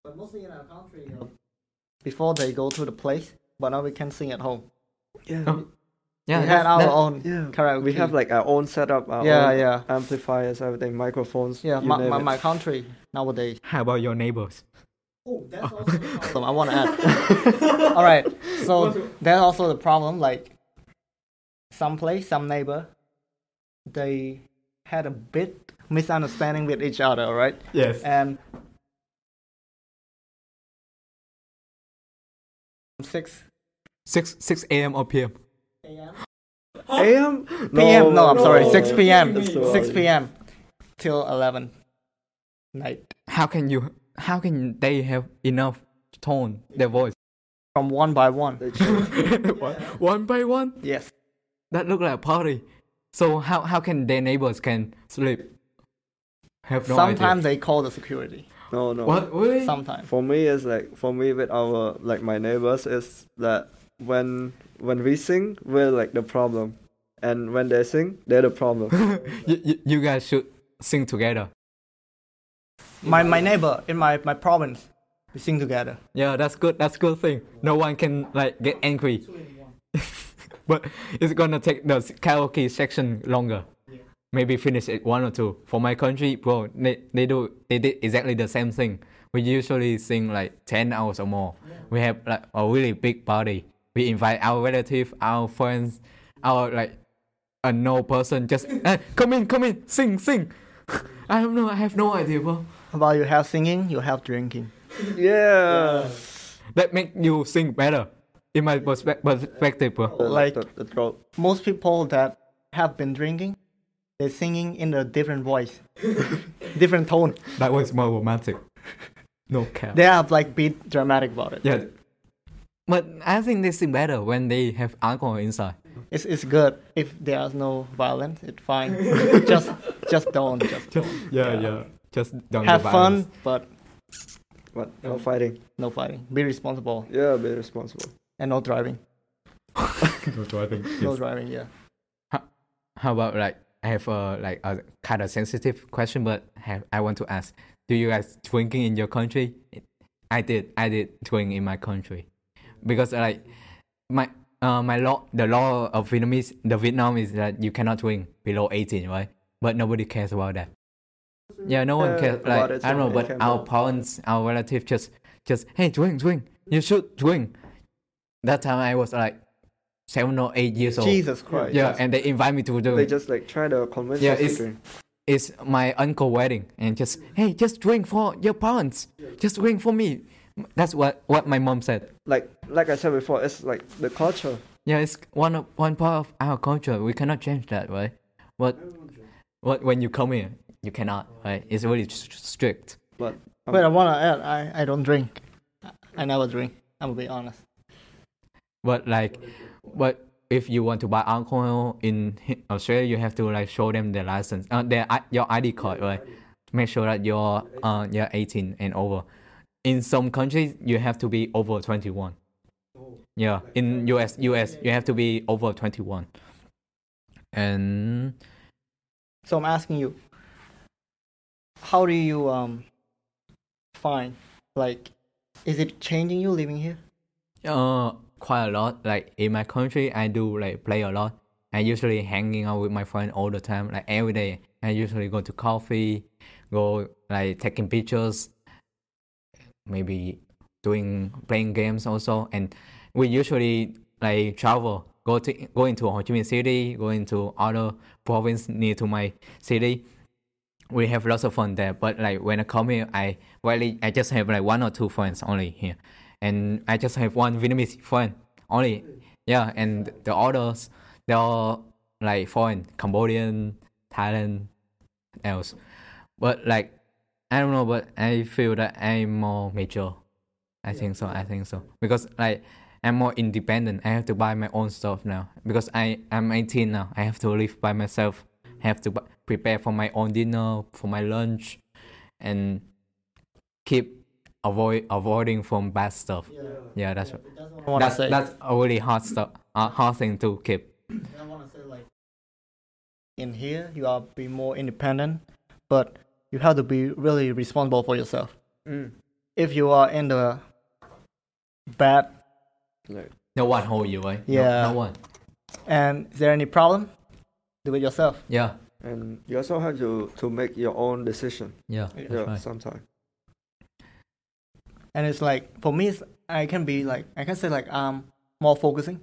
B: But mostly in our country. Before they go to the place, but now we can sing at home.
C: Yeah,
A: Oh,
C: we-
A: yeah,
B: we
A: that's-
B: had our
A: that-
B: own
C: yeah.
B: karaoke.
C: We have like our own setup, our
B: yeah,
C: own
B: yeah,
C: amplifiers, everything, microphones.
B: yeah.
C: you
B: My,
C: name
B: my,
C: it.
B: my country nowadays.
A: How about your neighbors?
B: Oh, that's also the problem. I want to add. All right, so that's also the problem. Like some place, some neighbor, they had a bit misunderstanding with each other. All right,
A: Yes.
B: and six
A: Six six a.m. or p.m.
B: a.m.
C: AM?
B: PM. No, I'm sorry.
C: no.
B: 6 PM.
C: That's so
B: 6
C: early.
B: PM till 11 night.
A: How can you? How can they have enough tone, their voice.
B: from one by one.
C: They change.
A: one, one by one.
C: yes.
A: That look like a party. So how how can their neighbors can sleep? Have no
B: Sometimes they call the security.
C: No, no.
A: idea. What? Really?
B: Sometimes.
C: For me, it's like for me with our like my neighbors is that when when we sing, we're like the problem, and when they sing, they're the problem.
A: you, you, you guys should sing together.
B: My my neighbor in my, my province, we sing together.
A: Yeah, that's good. That's good thing. No one can like get angry. but it's gonna take the karaoke section longer. Maybe finish at one or two. For my country, bro, they, they do they did exactly the same thing. We usually sing like ten hours or more. We have like a really big party. We invite our relative, our friends, our like a no person just "Eh, come in, come in, sing, sing. I don't know. I have no idea, bro.
B: While you have singing, you have drinking.
C: yeah.
A: that make you sing better in my perspe- perspective bro.
B: Like-
C: the, the throat.
B: Most people that have been drinking, they're singing in a different voice, different tone.
A: that was more romantic no cap
B: They have like be dramatic about it.
A: yeah but i think they sing better when they have alcohol inside
B: It's, it's good if there's no violence. It's fine. just just don't just
A: yeah yeah, just don't
B: have
A: do
B: fun,
A: violence.
B: but
C: What? No fighting.
B: no fighting. Be responsible
C: Yeah, be responsible.
B: and no driving.
A: No driving,
B: No
A: yes.
B: driving. Yeah.
A: how about like i have a like a kind of sensitive question but have, i want to ask do you guys drinking in your country i did i did drink in my country because like my uh, my law the law of vietnamese the vietnam is that you cannot drink below 18 right but nobody cares about that yeah no one
C: Yeah,
A: cares
C: Uh, about
A: like
C: it,
A: i don't know
C: somebody
A: but
C: can
A: our
C: vote.
A: parents our relatives just just hey drink drink you should drink that time i was like seven or eight years old
B: Jesus
C: Christ.
A: yeah and they invite me to drink
C: They just like try to convince
A: Yeah,
C: us to
A: it's-
C: drink.
A: it's my uncle wedding and just hey just drink for your parents just drink for me that's what what my mom said
C: Like like I said before, it's like the culture.
A: yeah it's one of one part of our culture we cannot change that right but what when you come here you cannot right it's really s- strict
C: But um,
B: But I wanna add, I, I don't drink. I- I never drink. I'm gonna be honest.
A: but like but if you want to buy alcohol in Hi- australia you have to like show them the license uh, their I- your id card right make sure that you're uh you're 18 and over in some countries you have to be over 21 yeah in us us you have to be over 21 and
B: So I'm asking you, how do you um find like, is it changing you living here?
A: Uh, quite a lot. Like in my country, I do like play a lot. I usually hanging out with my friend all the time, like every day. I usually go to coffee, go like taking pictures, maybe doing playing games also. And we usually like travel, go to go into Ho Chi Minh City, go into other province near to my city. We have lots of fun there. But like when I come here, I really I just have like one or two friends only here and I just have one Vietnamese friend only. Yeah, and the others they're all like foreign, Cambodian, Thailand, else. But like I don't know, but I feel that I'm more mature. I think so. I think so because like I'm more independent. I have to buy my own stuff now because I I'm 18 now. I have to live by myself. I have to bu- prepare for my own dinner, for my lunch, and keep avoid avoiding from bad stuff. Yeah, that's
B: I wanna
A: that's
B: say.
A: that's a really hard stuff, uh, hard thing to keep.
B: I wanna say like, in here you are be more independent, but you have to be really responsible for yourself.
C: mm,
B: If you are in the bad
C: like,
A: No one hold you, right? No-
B: Yeah.
A: no, one.
B: and is there any problem, do it yourself.
A: Yeah,
C: and you also have to to make your own decision.
A: yeah,
B: Yeah.
A: that's
C: yeah,
A: right.
C: sometimes.
B: and it's like for me it's, i can be like i can say like i'm more focusing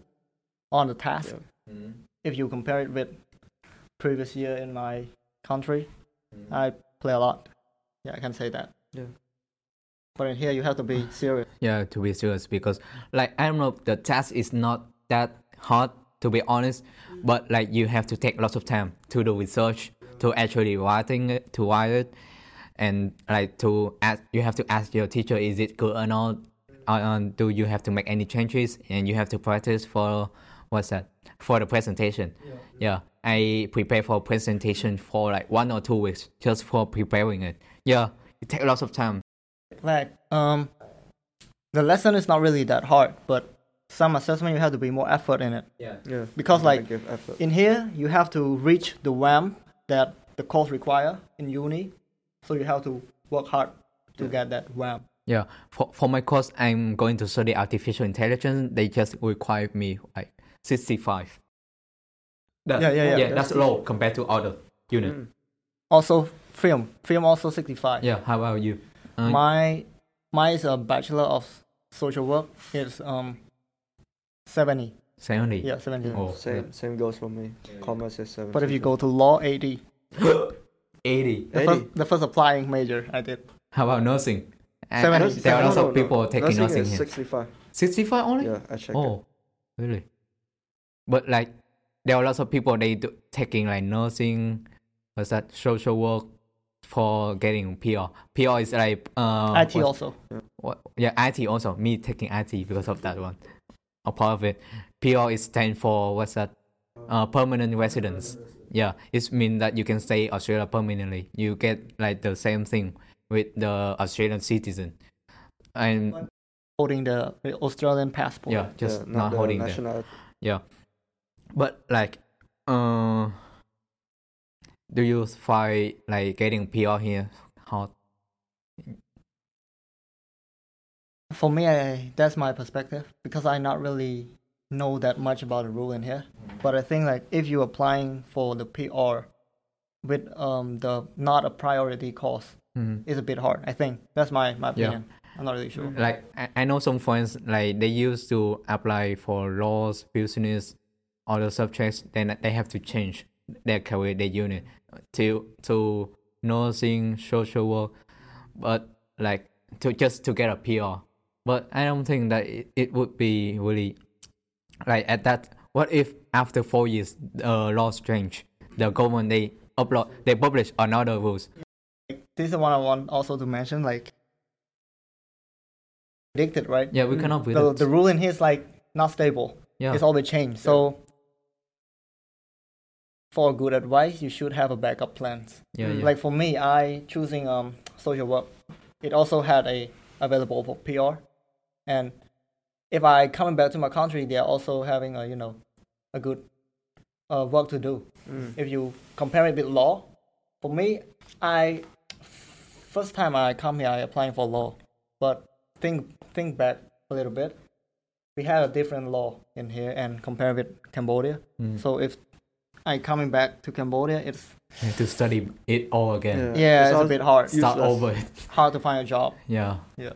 B: on the task
C: Yeah.
B: if you compare it with previous year in my country i play a lot yeah i can say that
C: Mm-hmm. Yeah.
B: but in here you have to be serious
A: Yeah, to be serious, because like I don't know, the task is not that hard to be honest, but like you have to take lots of time to do research, to actually writing it, to write it, and like to ask. You have to ask your teacher, is it good or not? uh, uh, do you have to make any changes and you have to practice for what's that for the presentation yeah i prepare for presentation for like one or two weeks just for preparing it yeah it takes lots of time
B: Like um, the lesson is not really that hard, but some assessment you have to be more effort in it.
A: yeah
C: Yeah.
B: Because,
C: you gotta
B: like,
C: give effort.
B: In here, you have to reach the WAM that the course require in uni, so you have to work hard to
C: Yeah.
B: get that WAM.
A: yeah for, for my course i'm going to study artificial intelligence they just require me like 65 That-
B: Yeah, yeah, yeah.
A: that's low compared to other unit
C: Mm.
B: Also, film, film also sixty-five.
A: yeah how about you Uh,
B: My my is a bachelor of social work. It's um seventy.
A: 70
B: Yeah, seventy.
C: Yeah,
A: Oh,
C: same same goes for me. Commerce is seven.
B: But if you go to law, eighty.
A: 80
B: The first, the first applying major I did.
A: how about nursing And-
B: Seventy.
A: and there are
B: No,
A: lots of people taking nursing here
C: Sixty-five.
A: 65 only
C: Yeah, I checked.
A: Oh, really? But like, there are lots of people they do, taking like nursing, what's that social work for getting PR. PR is like uh,
B: IT
A: what-
B: also.
A: what- yeah, IT also. Me taking IT because of that one, a part of it. PR is stand for what's that? Uh, permanent residence. Yeah, it means that you can stay Australia permanently. You get like the same thing with the Australian citizen, and
B: holding the the Australian passport.
A: yeah, just
C: yeah,
A: not
C: uh, the
A: holding them.
C: national.
A: But like, uh, do you find like getting PR here hard?
B: For me, I, that's my perspective because I not really know that much about the rule in here. But I think like if you're applying for the PR with um the not a priority course, it's a bit hard. I think that's my my
A: Yeah.
B: opinion. I'm not really sure.
A: Like, I, I know some friends like they used to apply for laws, business, other subjects. Then they have to change their career, their unit to to nursing, social work, but like to just to get a PR. But I don't think that it, it would be really like at that what if after four years uh, laws change the government they upload they publish another rules
B: This is one I want also to mention. Like predicted, right?
A: yeah we cannot predict
B: Mm. The the rule in here is like not stable.
A: yeah
B: It's always changed. So for good advice, you should have a backup plan.
A: yeah, yeah.
B: Like for me, I choosing um social work. It also had a available for PR, and if I coming back to my country, they are also having a you know a good uh, work to do.
C: Mm.
B: If you compare it with law, for me, I first time I come here, I applying for law, but think think back a little bit. We had a different law in here and compare with Cambodia.
A: Mm.
B: So if I coming back to Cambodia, it's
A: You have to study it all again
B: yeah, it's,
C: all-
B: a bit hard.
C: you-
A: start
C: useless.
A: over
B: Hard to find a job.
A: yeah
B: Yeah.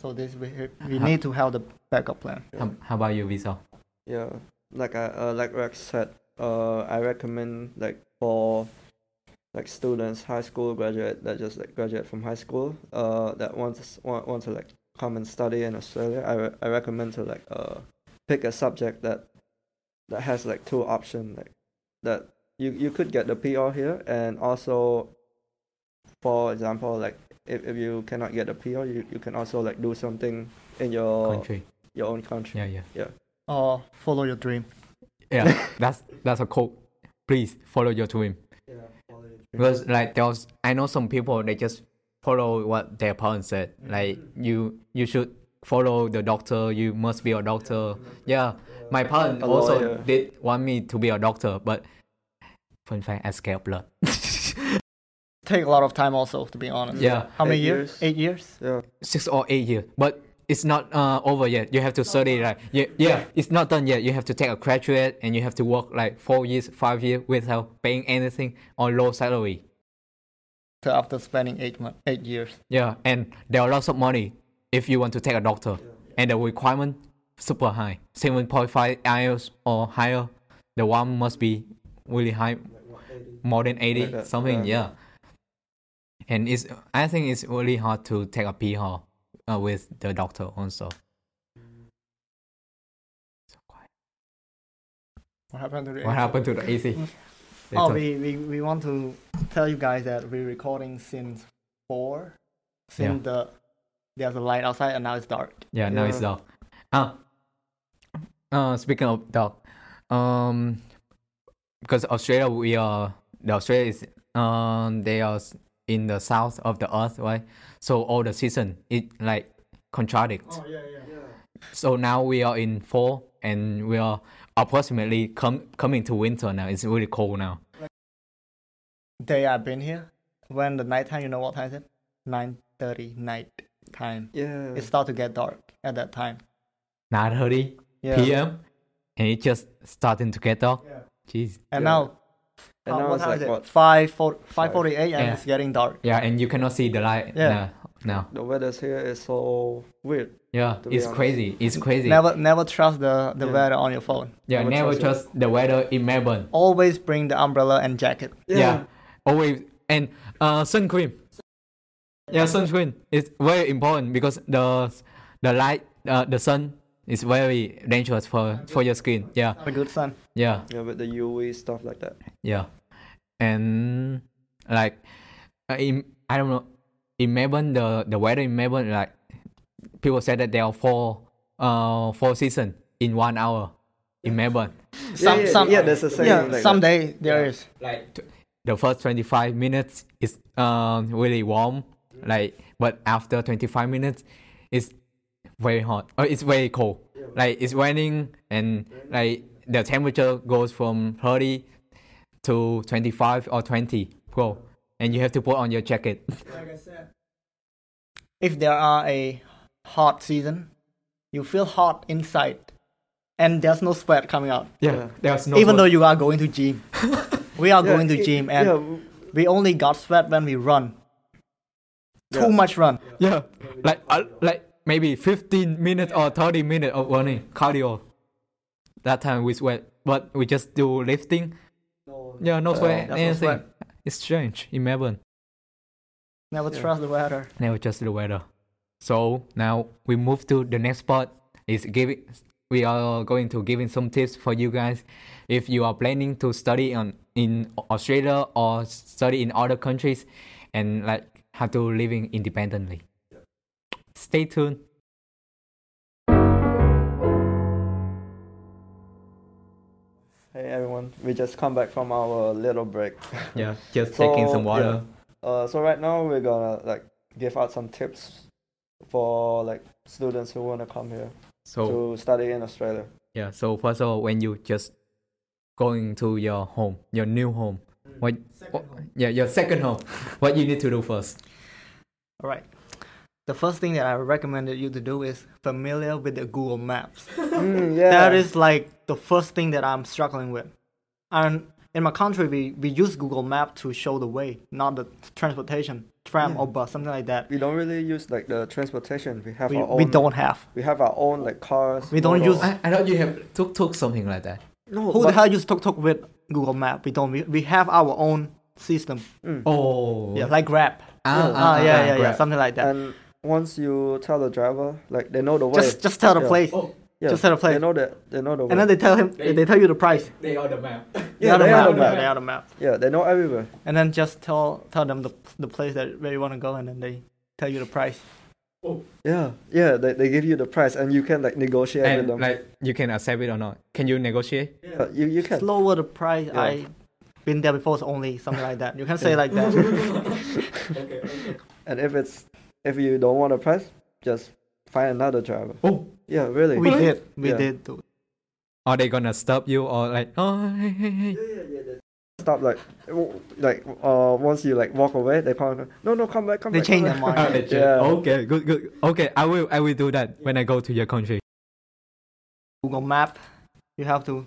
B: So this we we
A: Huh.
B: need to have the backup plan.
A: how, how about you visa
C: Yeah, like I uh, like Rex said, uh, I recommend like for like students, high school graduate that just like graduate from high school, uh, that wants want, want to like come and study in Australia. I re- I recommend to like uh pick a subject that that has like two option like that you you could get the PR here and also for example like if, if you cannot get the PR you, you can also like do something in your
A: country
C: your own country.
A: yeah yeah
B: Or follow your dream.
A: yeah that's that's a quote please follow your dream because like there was i know some people they just follow what their parents said like you you should follow the doctor you must be a doctor yeah my parents
C: A
A: also
C: lawyer.
A: did want me to be a doctor but fun fact i scared of blood
B: Take a lot of time also, to be honest.
A: yeah
B: How many
C: Eight
B: years?
C: years.
B: Eight years.
A: six or eight years but it's not uh, over yet you have to study like yeah, yeah it's not done yet you have to take a graduate and you have to work like four years five years without paying anything on low salary
B: So after spending eight months, eight years.
A: Yeah, and there are lots of money if you want to take a doctor, and the requirement super high, seven point five IELTS or higher. The one must be really high, more than eighty
C: Like that,
A: something.
C: yeah.
A: Yeah. and it's I think it's really hard to take a PR uh, with the doctor also. So quiet.
B: What happened to the?
A: What
B: eight?
A: happened to the AC? They
B: Oh,
A: took-
B: we, we, we want to tell you guys that we're recording since four, since the there's a light outside and now it's dark.
A: Yeah, now it's
C: Yeah.
A: dog. Ah, uh, speaking of dog, um, because Australia, we are the Australia is um they are s- in the south of the earth, right? So all the season it like contradicts.
B: Oh,
C: Oh,
B: yeah,
A: So now we are in fall, and we are approximately com- coming to winter now. It's really cold now.
B: Day I've been here, when the night time, you know what time is it? Nine thirty night time.
C: Yeah.
B: It start to get dark at that time.
A: Nine thirty
B: Yeah.
A: p.m. and it's just starting to get dark.
B: Yeah.
A: Jeez.
B: And
C: Yeah.
B: now,
C: and
B: how-
C: now
B: what
C: it's
B: time
C: like
B: is it?
C: what?
B: Five four five forty eight, and
A: Yeah.
B: it's getting dark.
A: Yeah, and you cannot see the light.
B: Yeah.
A: Now.
C: The weather here is so weird.
A: Yeah,
C: To be
A: it's
C: honest.
A: crazy. It's crazy.
B: Never never trust the the
C: Yeah.
B: weather on your phone.
A: Yeah,
C: Never
A: never
C: trust
A: trust the weather in Melbourne.
B: Always bring the umbrella and jacket.
A: Yeah. Always and uh sun cream. Yeah, sunscreen is very important because the the light uh, the sun is very dangerous for for your skin. Yeah.
B: A good sun.
A: Yeah.
C: Yeah, with the UV stuff like that.
A: Yeah. And like uh, in I don't know in Melbourne the the weather in Melbourne like people said that there are four uh four season in one hour in Melbourne.
B: Some
C: yeah,
B: some
C: yeah, there's a saying
B: yeah,
C: like that.
B: someday there
A: Yeah.
B: is.
A: like t- the first 25 minutes is um really warm like but after 25 minutes it's very hot or it's very cold like it's raining and like the temperature goes from 30 to 25 or 20 go and you have to put on your jacket
B: Like I said, if there are a hot season, you feel hot inside, and there's no sweat coming out.
A: yeah,
C: Yeah.
A: there's no
B: Even
A: food.
B: though you are going to gym, we are
C: Yeah,
B: going to
C: it-
B: gym, and
C: yeah, w-
B: we only got sweat when we run.
C: Yeah.
B: Too much run.
A: yeah like uh, like maybe 15 minutes or 30 minutes of running cardio that time we sweat but we just do lifting yeah no sweat
B: that's no
A: anything
B: sweat.
A: it's strange in melbourne
B: Never
C: Yeah.
B: trust the weather.
A: never just the weather so now we move to the next part is giving we are going to giving some tips for you guys if you are planning to study on in australia or study in other countries and like how to living independently stay tuned
C: Hey everyone, we just come back from our little break.
A: yeah just
C: So,
A: taking some water
C: yeah. Uh, so right now we're gonna like give out some tips for like students who wanna come here
B: Oh.
A: so
C: to study in Australia.
A: Yeah, so first of all, when you just going to your home, your new home, what, what- yeah, your second Mm, home, what you need to do first?
B: All right. The first thing that I recommended you to do is familiar with the Google Maps.
C: Mm, yeah.
B: That is like the first thing that I'm struggling with. And in my country, we, we use Google Map to show the way, not the transportation, tram
C: Yeah.
B: or bus, something like that.
C: we don't really use like the transportation. We have
B: We,
C: our own
B: we don't have.
C: we have our own like cars.
B: We don't
C: motor.
B: use-
A: I, I thought you have tuk tuk something like that.
C: no
B: Who the
C: but-
B: hell uses TukTuk with Google Map? We don't. We, we have our own system,
A: Oh,
B: yeah, like Grab.
A: Ah,
B: Ah,
A: ah,
B: yeah,
A: ah,
B: yeah, yeah,
A: Grab.
B: something like that.
C: and once you tell the driver, like they know the way.
B: Just just tell the
C: Yeah.
B: place,
A: Oh,
C: yeah,
B: just tell the place.
C: They know the they know the way.
B: and then they tell him. They tell you the price.
A: they are the map.
C: Yeah,
B: they
C: they
B: are
C: are
B: the
C: the
B: map.
C: map.
B: They are the map.
C: yeah, they know everywhere.
B: And then just tell tell them the the place that where you want to go, and then they tell you the price.
C: Yeah, yeah, they, they give you the price and you can like negotiate with
A: and
C: them.
A: like you can accept it or not? Can you negotiate?
C: yeah, you you can.
B: It's lower the price.
C: Yeah.
B: I been there before. It's only something like that. You can say like that.
C: And if it's if you don't want a price, just find another driver.
A: Oh,
C: Yeah, really.
B: we did. We
C: Yeah.
B: did. Do.
A: are they gonna stop you or like? Oh, hey, hey, hey.
C: Stop like w- like uh once you like walk away, they come. No, no, come back, come
B: They
C: back.
B: change
C: come
B: their
C: back."
A: Oh,
B: mind.
A: legit.
C: Yeah.
A: Okay, good, good. Okay, I will, I will do that when I go to your country.
B: Google Map. You have to.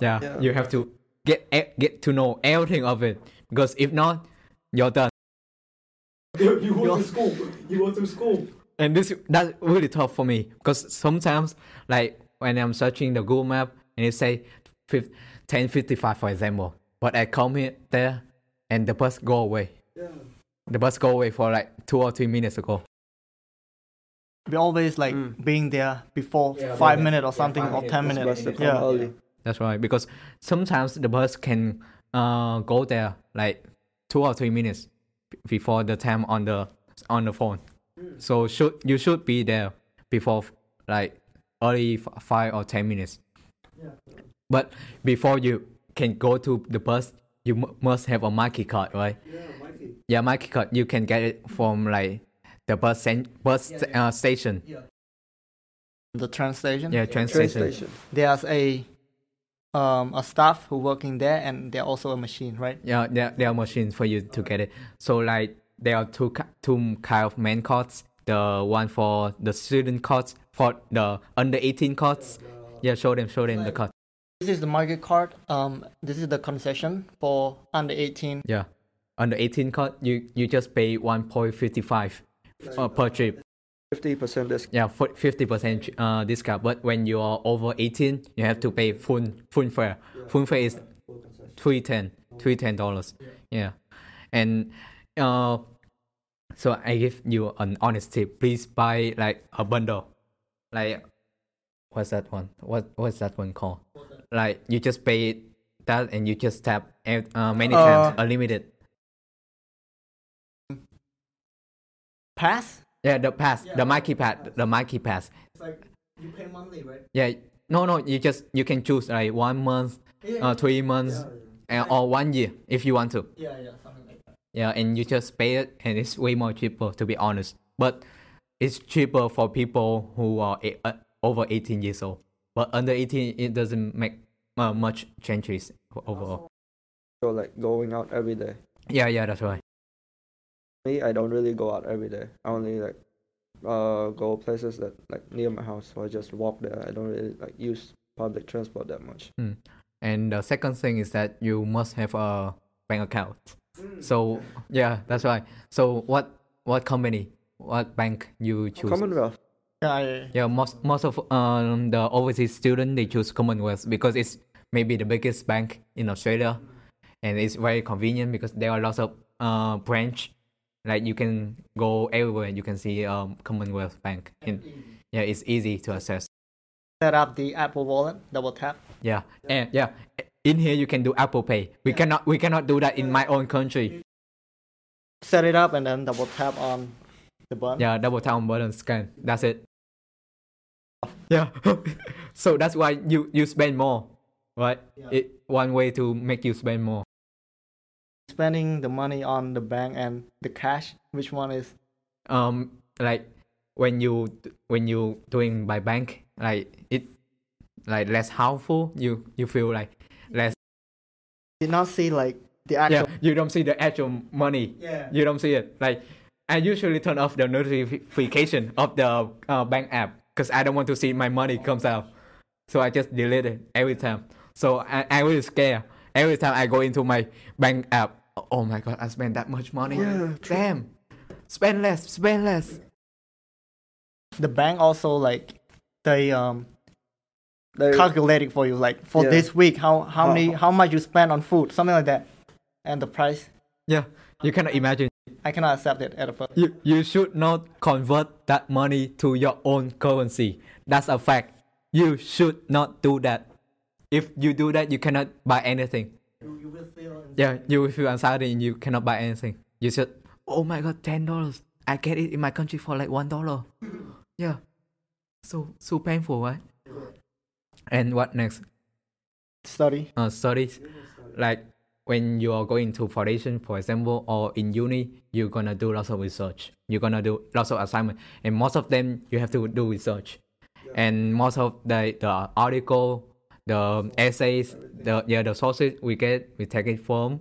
A: Yeah,
C: Yeah.
A: you have to get e- get to know everything of it because if not, you're done.
D: You, you go to school. You go to school.
A: And this that's really tough for me because sometimes like when I'm searching the Google Map and it say fif- 1055 for example, but I come here there and the bus go away. The bus go away for like two or three minutes ago.
B: We always like being there before five minutes or something or ten
C: It's
B: minutes.
C: best to come
B: Yeah.
C: early.
A: That's right because sometimes the bus can uh, go there like two or three minutes b- before the time on the on the phone. So should you should be there before like early f- five or ten minutes. But before you can go to the bus, you mu must have a market card, right? Yeah, market card. You can get it from like the bus sen- bus Uh, station. Yeah,
B: the train station.
A: train,
C: Train
A: station.
C: station.
B: There's a um a staff who working there, and they're also a machine, right?
A: Yeah, there, there are machines for you to get it. So like there are two ki- two kind of main cards. The one for the student cards, for the under eighteen cards. Yeah, show them, show them the card.
B: This is the market card. Um, this is the concession for under 18.
A: Yeah, under eighteen card, you you just pay one point fifty five uh, per trip.
C: Fifty percent discount.
A: Yeah, fifty percent uh, discount. But when you are over eighteen, you have to pay full full fare. Full fare is three ten, three ten dollars. Yeah, and uh, so I give you an honest tip. Please buy like a bundle, like what's that one? What what's that one called? Like you just pay it that, and you just tap ev- uh, many times, unlimited.
B: Pass?
A: Yeah, the pass, the Mikey pass, the Mikey pass.
B: It's like you pay monthly, right?
A: Yeah, no, no, you just you can choose like one month, uh, three months, and, or one year if you want to.
B: Yeah, yeah, something like that.
A: Yeah, and you just pay it, and it's way more cheaper to be honest. But it's cheaper for people who are a, uh, over eighteen years old. But under eighteen, it doesn't make uh, much changes
B: Oh.
A: overall.
C: So like going out every day.
A: Yeah, yeah, that's right.
C: Me, I don't really go out every day. I only like uh go places that like near my house. So I just walk there. I don't really like use public transport that much.
A: And the second thing is that you must have a bank account.
B: Mm.
A: So yeah, that's right. So what what company, what bank you choose?
C: Commonwealth.
B: Yeah, I-
A: Yeah, most most of um, the overseas student they choose Commonwealth because it's maybe the biggest bank in Australia, and it's very convenient because there are lots of uh branch, like you can go everywhere and you can see um Commonwealth Bank. In, yeah, it's easy to access.
B: set up the Apple Wallet, double tap.
A: Yeah, and yeah, in here you can do Apple Pay. We cannot we cannot do that in my own country.
B: Set it up and then double tap on the button.
A: Yeah, double tap on button scan. That's it. Yeah. so that's why you you spend more, right? It one way to make you spend more.
B: Spending the money on the bank and the cash, which one is
A: Um, like when you when you doing by bank, like it like less harmful. You you feel like less.
B: did not see like the
A: Yeah,
B: actual
A: you don't see the actual money.
B: Yeah.
A: You don't see it. Like I usually turn off the notification of the uh, bank app because I don't want to see my money comes out. So I just delete it every time. So I, I will scare every time I go into my bank app. Oh my god, I spent that much money. Damn. Spend less, spend less.
B: the bank also like they um
C: They,
B: calculate it for you like for
C: Yeah.
B: this week how how
C: How-
B: many how much you spend on food something like that and the price
A: Yeah. You cannot imagine.
B: I cannot accept it at first
A: You, you should not convert that money to your own currency. That's a fact. You should not do that. If you do that, you cannot buy anything. Yeah, you will feel anxiety and you cannot buy anything. You should, oh my god, ten dollars. I get it in my country for like one dollar. yeah, so so painful, right? And what next?
B: study
A: uh, studies. Like when you are going to foundation, for example, or in uni, you're gonna do lots of research. You're gonna do lots of assignment, and most of them you have to do research. And most of the the article, the essays, the yeah the sources we get, we take it from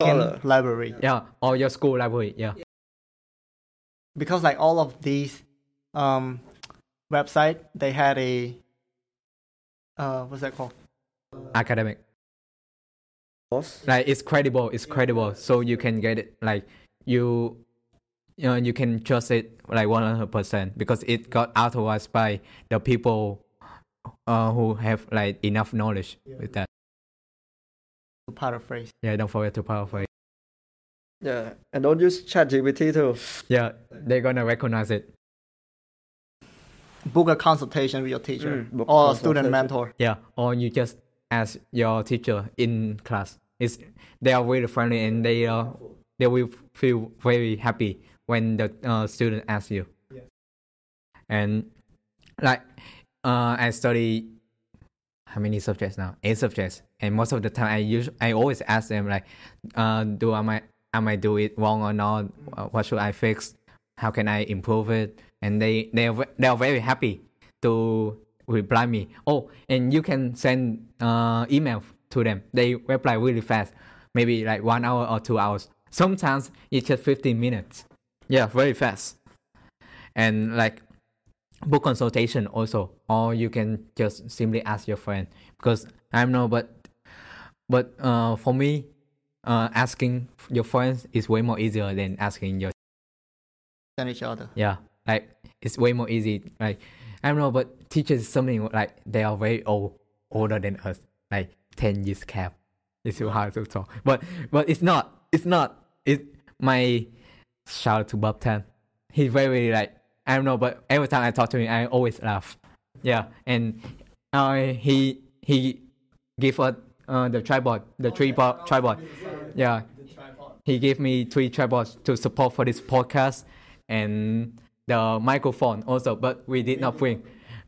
B: in library
A: yeah or your school library. Yeah,
B: because like all of these um website they had a uh what's that called
A: academic.
C: boss.
A: Like it's credible. It's credible. So you can get it. Like you. You, know, you can trust it like 100% because it got authorized by the people uh, who have like enough knowledge with that.
B: to paraphrase
A: Yeah, don't forget to paraphrase.
C: Yeah, and don't use ChatGPT too.
A: Yeah, they're gonna recognize it.
B: book a consultation with your teacher
C: Mm, book
B: or a student
C: consultation.
B: mentor
A: Yeah, or you just ask your teacher in class. It's they are really friendly and they are they will feel very happy when the uh, student asks you.
D: Yes.
A: And like uh, I study how many subjects now? Eight subjects, and most of the time I usually I always ask them like, uh, do am I am I do it wrong or not? Uh, What should I fix? How can I improve it? And they they are, ve- they are very happy to reply me. Oh, and you can send uh, email to them. They reply really fast, maybe like one hour or two hours. Sometimes it's just fifteen minutes. Yeah, very fast. And like book consultation also, or you can just simply ask your friend because I don't know, but but uh, for me, uh, asking your friends is way more easier than asking your
B: than each other.
A: yeah, like it's way more easy. Like I don't know, but teachers is something like they are very old, older than us, like ten years cap. It's so hard to talk, but but it's not. It's not. It my shout out to Bob Tan. He's very very like I don't know, but every time I talk to him, I always laugh. Yeah, and uh, he he give us uh, the tripod, the tripod, tripod. Yeah, he gave me three tripods to support for this podcast and the microphone also but we did not bring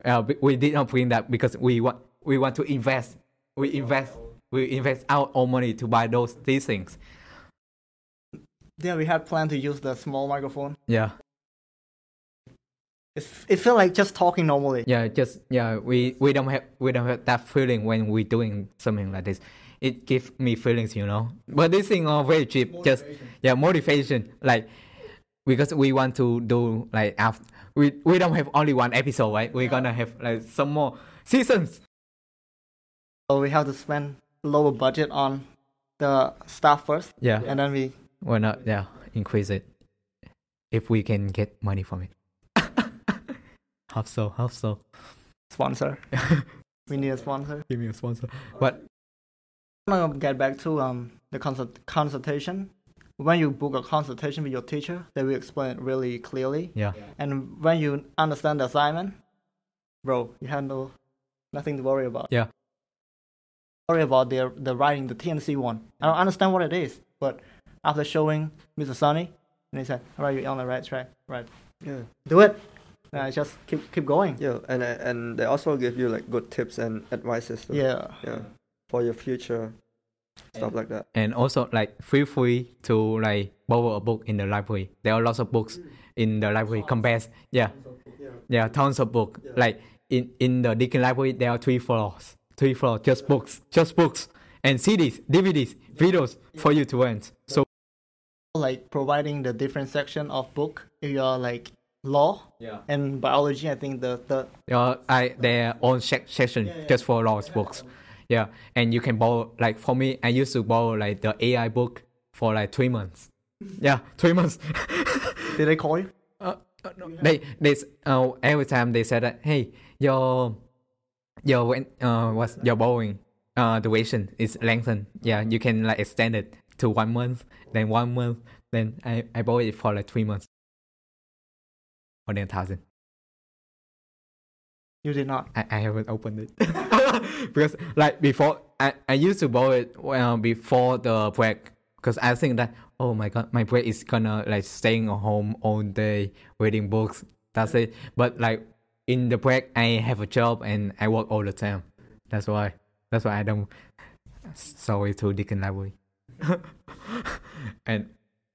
A: uh, b- we did not bring that because we want we want to invest we invest we invest our own money to buy those these things
B: Yeah, we had planned to use the small microphone.
A: yeah
B: It, it felt like just talking normally.
A: yeah just yeah we we don't have we don't have that feeling when we doing something like this it gives me feelings you know but this thing are very cheap just yeah motivation like because we want to do like after we we don't have only one episode right we're gonna have like some more seasons
B: So we have to spend lower budget on the staff first,
A: yeah
B: and then we
A: why not yeah increase it if we can get money from it hope so hope so
B: sponsor. we need a sponsor.
A: give me a sponsor but
B: I'm gonna get back to um the consult- consultation. When you book a consultation with your teacher, they will explain it really clearly.
A: yeah
B: And when you understand the assignment, bro, you have no nothing to worry about.
A: Yeah.
B: Worry about the the writing, the TNC one. I don't understand what it is, but after showing Mr. Sunny, and he said, "All right, you're on the right track. Right,
C: Yeah.
B: do it." And I just keep keep going.
C: Yeah, and and they also give you like good tips and advices. too.
B: Yeah.
C: Yeah. For your future, stuff
D: And-
C: like that.
A: and also like feel free to like borrow a book in the library there are lots of books in the library compared yeah there are tons of books like in in the deacon library there are three floors three floors just books just books and cds dvds videos for you to rent so
B: like providing the different section of book if you are like law
A: yeah
B: and biology i think the the
A: uh, I, their own sec- section just for law books. Yeah, and you can borrow like for me, I used to borrow like the AI book for like three months. Yeah, three months.
B: did they call you
A: Uh, uh, no, they they s- uh, every time they said that hey your your when uh what's your borrowing uh duration is lengthened yeah you can like extend it to one month then one month then I I borrow it for like three months. One thousand.
B: you did not
A: I, I haven't opened it because like before I, I used to borrow it well before the break because I think that oh my god my break is gonna like staying at home all day reading books that's it but like in the break I have a job and I work all the time that's why that's why I don't sorry to Deacon Library and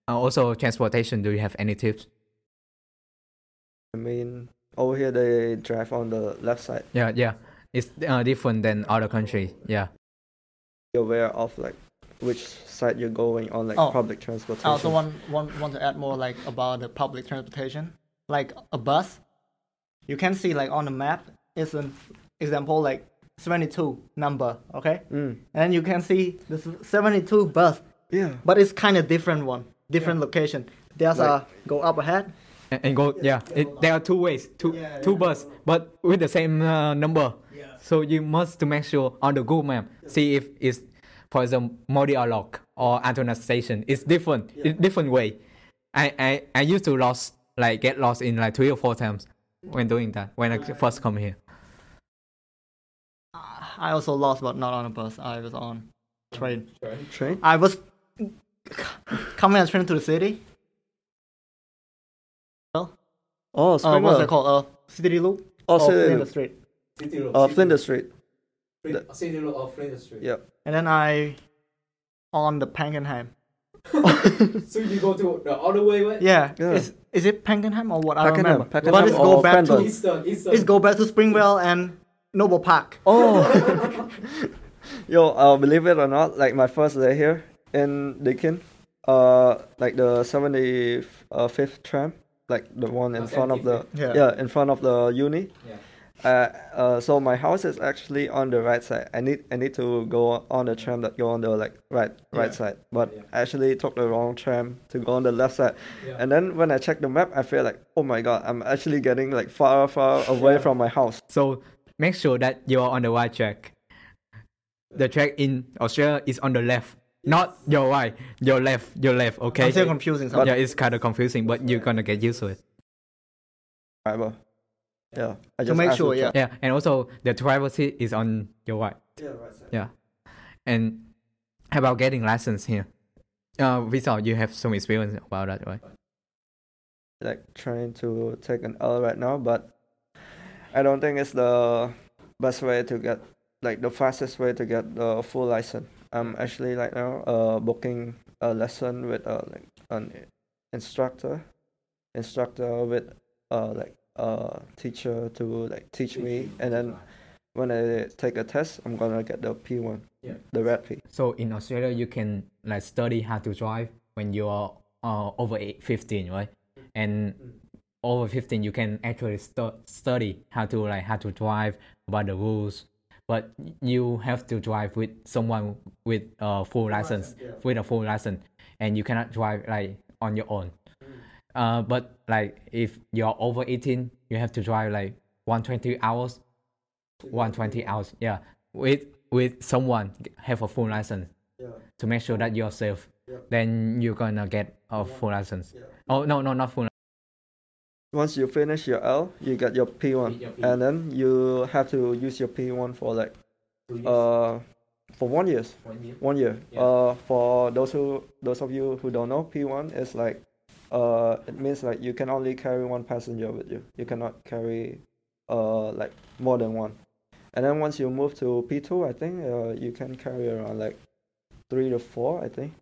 A: uh, also transportation do you have any tips
C: I mean, over here they drive on the left side.
A: yeah yeah it's uh, different than other countries yeah
C: Be aware of like which side you're going on, like
B: Oh.
C: public transportation.
B: i also want, want want to add more like about the public transportation like a bus you can see like on the map it's an example like 72 number okay
C: Mm.
B: and you can see this 72 bus
C: Yeah.
B: but it's kind of different one different location there's
C: Like-
B: a go up ahead
A: and, and go yeah it, there are two ways two
B: Yeah,
A: two
B: yeah.
A: bus but with the same uh, number so you must to make sure on the google map see if it's for example Moriya lock or Antonas station it's different it's different way I, I i used to lost like get lost in like three or four times when doing that when i first come here
B: i also lost but not on a bus i was on train
C: Train.
B: I was coming and spring to the city.
C: Oh,
B: Uh, what's it
C: Springer.
B: called? Uh, city loop.
C: oh,
B: or
C: City
B: Flinders
C: Loop.
B: Street.
D: City Road.
C: Uh,
D: City
C: Flinders Street.
D: Road. Flin- City Road or Flinders Street.
C: Yeah.
B: And then I on the Pankenheim.
D: So you go to the other way, right?
B: Yeah.
C: Yeah.
B: Is is it Pankenheim or what? I don't
C: Pakenham,
B: remember.
C: Pakenham
B: but it's go
C: or
B: back
C: Fenton.
B: to
D: Eastern, Eastern.
B: it's go back to Springwell and Noble Park.
C: Oh, yo, uh, believe it or not, like my first day here in Deakin, uh, like the seventy fifth tram, like the one in
D: Okay,
C: front of the
B: yeah.
C: yeah in front of the uni.
D: Yeah.
C: Uh, uh, so my house is actually on the right side. I need I need to go on the tram that go on the like right right
B: Yeah.
C: side, but
D: Yeah.
C: I actually took the wrong tram to go on the left side.
D: Yeah.
C: And then when I check the map, I feel like oh my god, I'm actually getting like far far away
D: Yeah.
C: from my house.
A: So make sure that you are on the right track. The track in Australia is on the left, not your right, your left, your left. Okay.
B: I'm still confusing something.
A: yeah, it's kind of confusing, but you're gonna get used to it.
C: Fiber. Yeah. I
B: To make
C: asked
B: sure,
C: the
B: yeah.
A: Yeah, and also the driver's seat is on your right.
D: Yeah, right side.
A: Yeah. And how about getting license here? Uh, we saw you have some experience about that, right?
C: like trying to take an L right now, but I don't think it's the best way to get like the fastest way to get the full license. I'm actually right now uh booking a lesson with uh like an instructor, instructor with uh like uh teacher to like teach me, and then when I take a test, I'm gonna get the P one,
D: Yeah.
C: the red P.
A: So in Australia, you can like study how to drive when you are uh, over eight, 15, right? And over 15, you can actually stu- study how to like how to drive about the rules. But you have to drive with someone with a full license, with a full license, and you cannot drive like on your own. Uh, but like if you're over 18, you have to drive like 120 hours 120 hours yeah with with someone have a full license to make sure that you're safe then you're gonna get a full license oh no no not full
C: Once you finish your L, you get your P one,
D: Your P.
C: and then you have to use your P one for like
D: Two years,
C: uh for one year
D: one year.
C: one year
D: Yeah.
C: uh for those who those of you who don't know p1 is like uh it means like you can only carry one passenger with you you cannot carry uh like more than one and then once you move to p2 i think uh you can carry around like three to four i think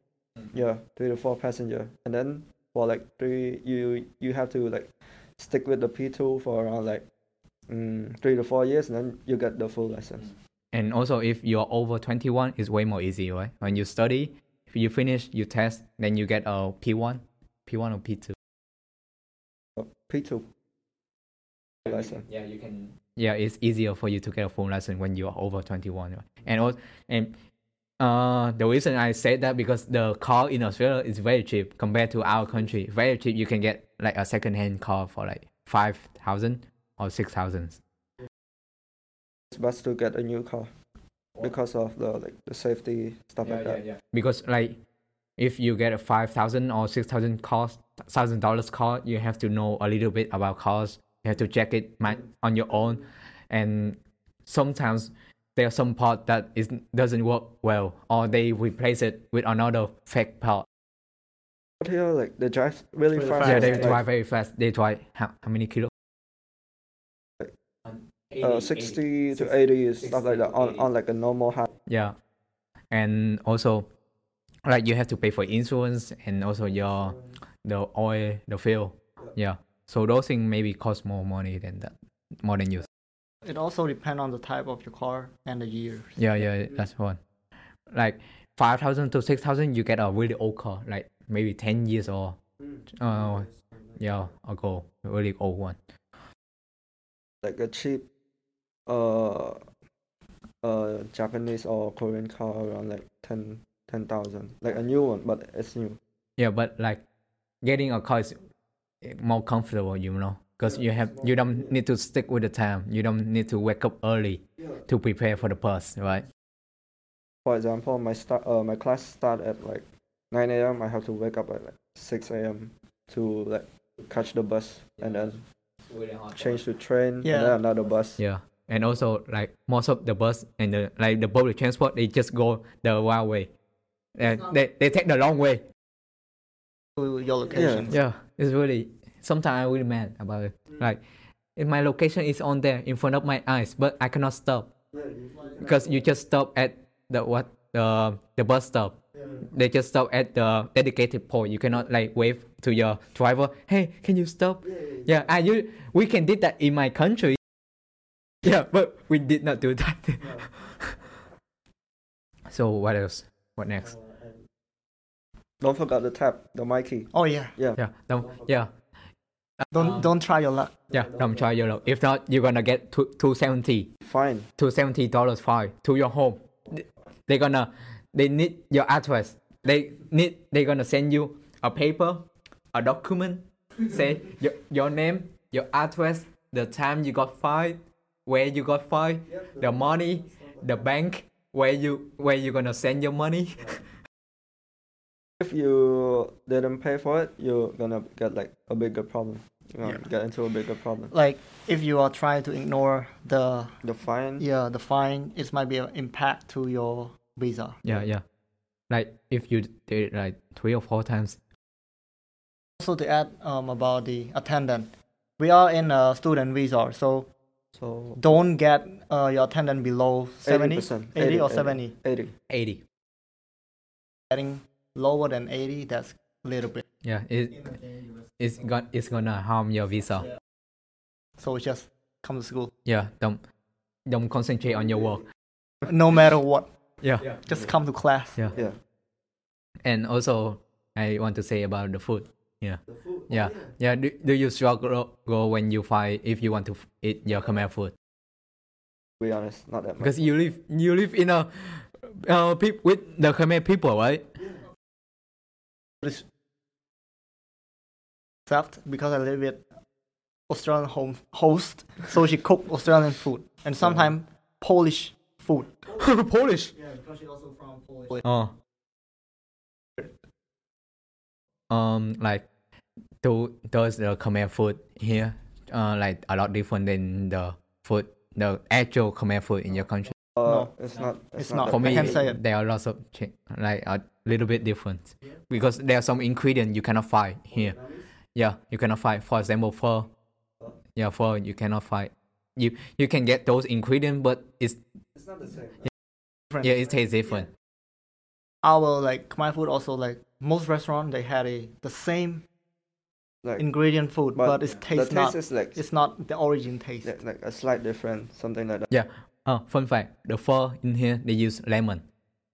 C: yeah three to four passenger and then for like three you you have to like stick with the p2 for around like mm, three to four years and then you get the full license
A: and also if you're over 21 it's way more easy right when you study if you finish you test then you get a p1 p1 or p2
C: Uh, p2 license
A: yeah you can yeah it's easier for you to get a full license when you're over 21 right? and also and uh the reason i said that because the car in australia is very cheap compared to our country very cheap you can get like a second hand car for like 5000 or 6000
C: it's best to get a new car because of the like the safety stuff like that.
A: because like if you get a 5000 or 6000 cost thousand dollars car you have to know a little bit about cars you have to check it mi- on your own and sometimes there are some part that is, doesn't work well or they replace it with another fake part
C: But here, like they drive really
B: Really
C: fast.
B: fast.
A: yeah they
C: like,
A: drive very fast they drive how, how many kilos
C: uh, 60 to 80 stuff
D: 60
C: like that
D: to
C: on,
D: 80.
C: on like a normal high.
A: yeah and also like you have to pay for insurance and also your the oil the fuel yeah so those things maybe cost more money than that more than you
B: It also depends on the type of your car and the year.
A: yeah yeah that's one like 5000 to 6000 you get a really old car like maybe 10 years or uh, yeah ago really old one
C: like a cheap, uh, uh, Japanese or Korean car around like 10 10,000, like a new one, but it's new.
A: yeah but like getting a car is eh, more comfortable you know because you have you don't need to stick with the time you don't need to wake up early to prepare for the bus right
C: For example, my start, uh, my class start at like 9 a.m. I have to wake up at like 6 a.m. to like catch the bus and then change to train
B: Yeah.
C: and then another bus.
A: yeah and also like most of the bus and the like the public transport they just go the wrong way and they, they take the long way
B: to your location.
A: Yeah, it's really. Sometimes I'm really mad about it. Like, if my location is on there in front of my eyes, but I cannot stop because you just stop at the what the the bus stop. They just stop at the dedicated pole. You cannot like wave to your driver. Hey, can you stop? Yeah, I you we can did that in my country. Yeah, but we did not do that. so what else? What next?
C: Don't forget the tap, the Mikey.
B: Oh yeah.
A: Yeah, don't, yeah,
B: Don't
A: Um,
B: don't try your luck.
A: yeah. Don't try your luck. If not, you're gonna get two two seventy.
C: Fine.
A: to seventy dollars fine to your home. Th- They gonna they need your address. They need they gonna send you a paper, a document, say your, your name, your address, the time you got fired, where you got fired, the money, the bank, where you where you gonna send your money.
C: If you didn't pay for it, you're gonna get like a bigger problem. You're gonna
B: Yeah.
C: get into a bigger problem.
B: Like if you are trying to ignore the
C: The fine.
B: yeah the fine, it might be an impact to your visa.
A: Yeah, yeah. Like if you did it like three or four times.
B: Also to add um, about the attendant, we are in a student visa, so
C: So
B: don't get uh, your attendant below 70,
C: 80%,
B: 80, E? or E? 70.
C: Eighty.
A: Eighty.
B: Getting lower than 80, that's a little bit.
A: Yeah, it it's gon- it's gonna harm your visa.
B: So just come to school,
A: Yeah, don't don't concentrate on your work.
B: no matter what.
A: Yeah.
B: Just come to class.
A: Yeah.
C: Yeah.
A: And also, I want to say about the food. Yeah. yeah. yeah. Do, do you struggle go when you find if you want to f- eat your Khmer food?
C: To be honest, not that much.
A: Because you live you live in a uh, peop with the Khmer people, right?
B: Except because I live with Australian home host, so she cook Australian food and sometimes Polish food.
A: Polish.
B: Yeah, because she also from Polish.
A: Oh. Um, like, do does the Khmer food here uh like a lot different than the food the actual Khmer food in your country?
C: Uh,
B: No.
C: it's not. It's,
B: It's
C: not.
B: not.
A: for
B: I
A: me,
B: can say it.
A: there are lots of cha- like a little bit different because there are some ingredient you cannot find here. Yeah, you cannot find. For example, fur. Yeah, fur you cannot find. You you can get those ingredient, but it's
C: It's not the same.
A: yeah, it tastes different.
B: Our like Khmer food also like most restaurant they had a the same
C: Like
B: ingredient food,
C: But
B: but, it's
C: the taste
B: taste not
C: is like
B: it's not the origin taste.
C: like, like a slight different, something like that.
A: Yeah. Oh, fun fact: the fur in here they use lemon,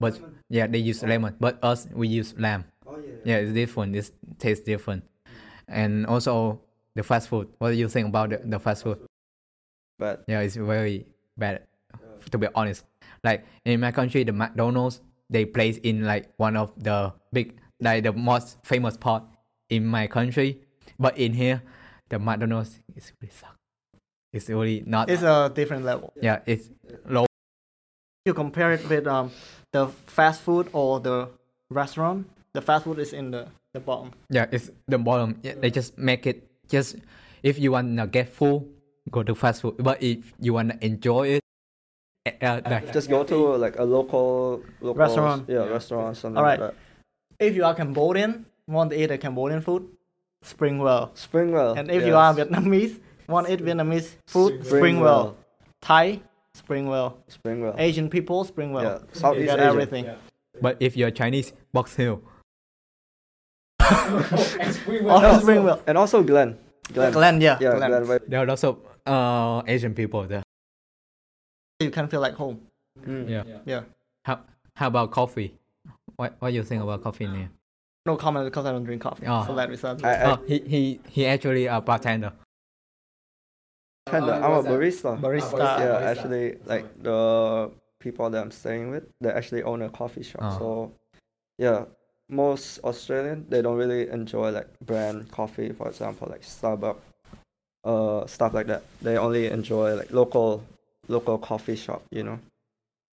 A: but yeah, they use lemon, but us we use lamb.
C: Oh
A: Yeah, it's different. It tastes different, and also the fast food. What do you think about the, the fast food?
C: But
A: Yeah, it's very bad. To be honest, like in my country, the McDonald's they place in like one of the big, like the most famous part in my country. But in here, the McDonald's is really suck. It's really not.
B: It's a different level.
A: yeah, it's low.
B: You compare it with um the fast food or the restaurant. The fast food is in the the bottom.
A: Yeah, it's the bottom. Yeah, they just make it just if you wanna get full, go to fast food. But if you wanna enjoy it, uh, like,
C: just go to like a local, local
B: Restaurant.
C: Yeah, restaurant, something
B: Alright.
C: like that.
B: If you are Cambodian, want to eat a Cambodian food, Springwell.
C: Springwell.
B: And if
C: yes.
B: you are Vietnamese, want to eat Vietnamese food, Springwell. Thai, Springwell.
C: Springwell.
B: Asian people, Springwell.
C: yeah,
B: You
C: Southeast
B: got
C: Asia.
B: everything.
A: but if you're Chinese, Box Hill.
B: All
C: No.
B: Springwell.
C: And also Glen. Glen.
B: Glen, yeah.
C: Yeah,
B: Glen.
C: Glen. right.
A: There are lots of uh, Asian people there.
B: You can feel like home.
C: Mm.
A: Yeah.
B: Yeah.
A: How how about coffee? What what you think about coffee in here?
B: No comment because I don't drink coffee.
A: Oh.
B: So that is that.
C: I, I,
A: Oh, he he he actually a bartender.
C: kinda, I'm a barista.
B: Barista.
C: yeah, actually, like the people that I'm staying with, they actually own a coffee shop.
A: Ah.
C: So, yeah, most Australian they don't really enjoy like brand coffee, for example, like Starbucks, uh, stuff like that. They only enjoy like local, local coffee shop, you know,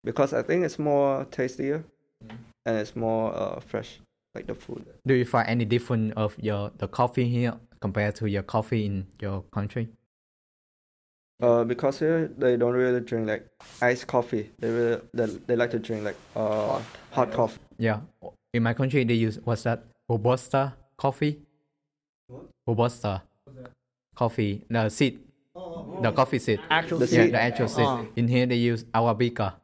C: because I think it's more tastier,
A: Mm.
C: and it's more uh, fresh, like the food.
A: Do you find any different of your the coffee here compared to your coffee in your country?
C: Uh, because here they don't really drink like iced coffee. They really they, they like to drink like uh hot coffee.
A: Yeah, in my country they use what's that robusta coffee.
D: What?
A: Robusta. Coffee. The seed. The coffee seed.
B: Actual
C: The
A: Yeah,
C: seed.
A: the actual seed.
B: Ah.
A: In here they use Arabica.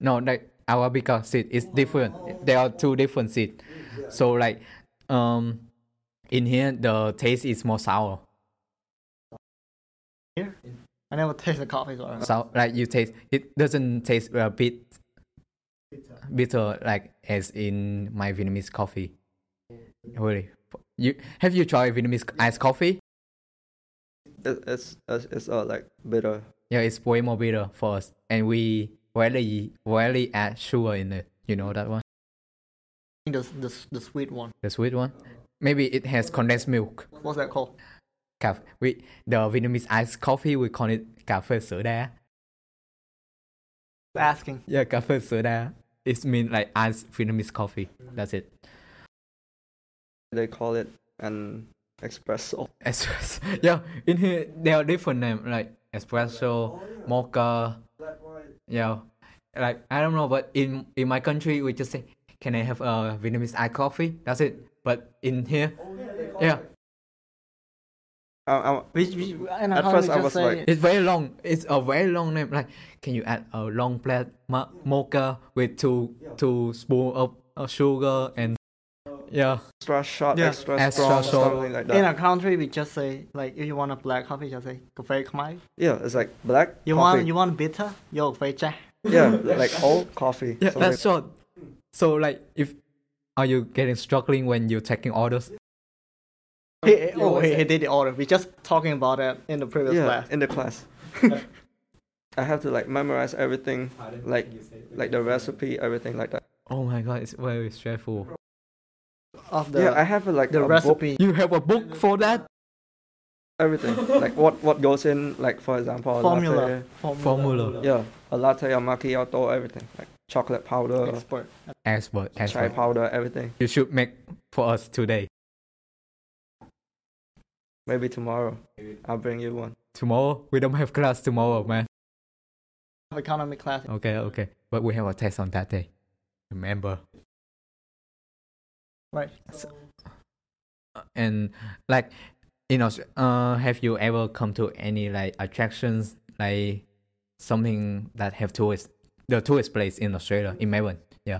A: No, like Arabica seed is different. There are two different seeds. So like um in here the taste is more sour.
B: I never taste the coffee. So I don't know.
A: So like you taste it doesn't taste a bit bitter like as in my Vietnamese coffee. Really. You have you tried Vietnamese iced coffee?
C: It, it's it's it's all like bitter.
A: Yeah, it's way more bitter for us. And we rarely rarely add sugar in it. You know that one?
B: I think the, the the sweet one.
A: The sweet one? Maybe it has condensed milk.
B: What's that called?
A: Caf- we the Vietnamese iced coffee we call it cà phê sữa đá.
B: Asking.
A: Yeah, cà phê sữa đá. It means like iced Vietnamese coffee. That's it.
C: They call it an espresso.
A: Espresso. yeah, in here there are different names like espresso, mocha. Yeah, like I don't know, but in in my country we just say, "Can I have a Vietnamese iced coffee?" That's it. But in here, yeah,
C: I, I,
B: We, we, and
C: At
B: how
C: first
B: we
C: I
B: just
C: was
B: say
C: like-
B: it?
A: it's very long. It's a very long name. Like, can you add a long plate ma- mocha with two two spoon of, of sugar and yeah,
C: extra shot,
B: Yeah.
C: extra,
A: Extra
C: strong,
A: shot.
C: something like
B: in
C: that.
B: our country we just say like if you want a black coffee just say coffee Khmer.
C: Yeah, it's like black
B: You
C: coffee.
B: want you want bitter? Yo coffee chai.
C: yeah, like old coffee.
A: yeah,
C: something.
A: that's short. So like, if are you getting struggling when you're taking orders?
B: He,
A: You
B: oh,
A: always
B: he,
A: say-
B: he did the order. We just talking about that in the previous
C: yeah,
B: class.
C: in the class. I have to like memorize everything, like like the recipe, everything like that.
A: Oh my god, it's very stressful.
B: Of the
C: yeah, I have like
B: the
C: a book,
B: recipe.
A: You have a book for that
C: everything, like what what goes in, like for example, a
B: Formula.
C: latte,
B: Formula.
A: formula.
C: yeah, a latte, a macchiato, everything, like chocolate powder,
B: Expert.
A: Expert,
C: chai
A: expert.
C: powder, everything.
A: You should make for us today.
C: Maybe tomorrow, I'll bring you one.
A: Tomorrow we don't have class tomorrow, man.
B: Economy class.
A: Okay, okay. But we have a test on that day. Remember.
B: Right.
A: So- and like you know uh have you ever come to any like attractions like something that have tourist the tourist place in australia in melbourne yeah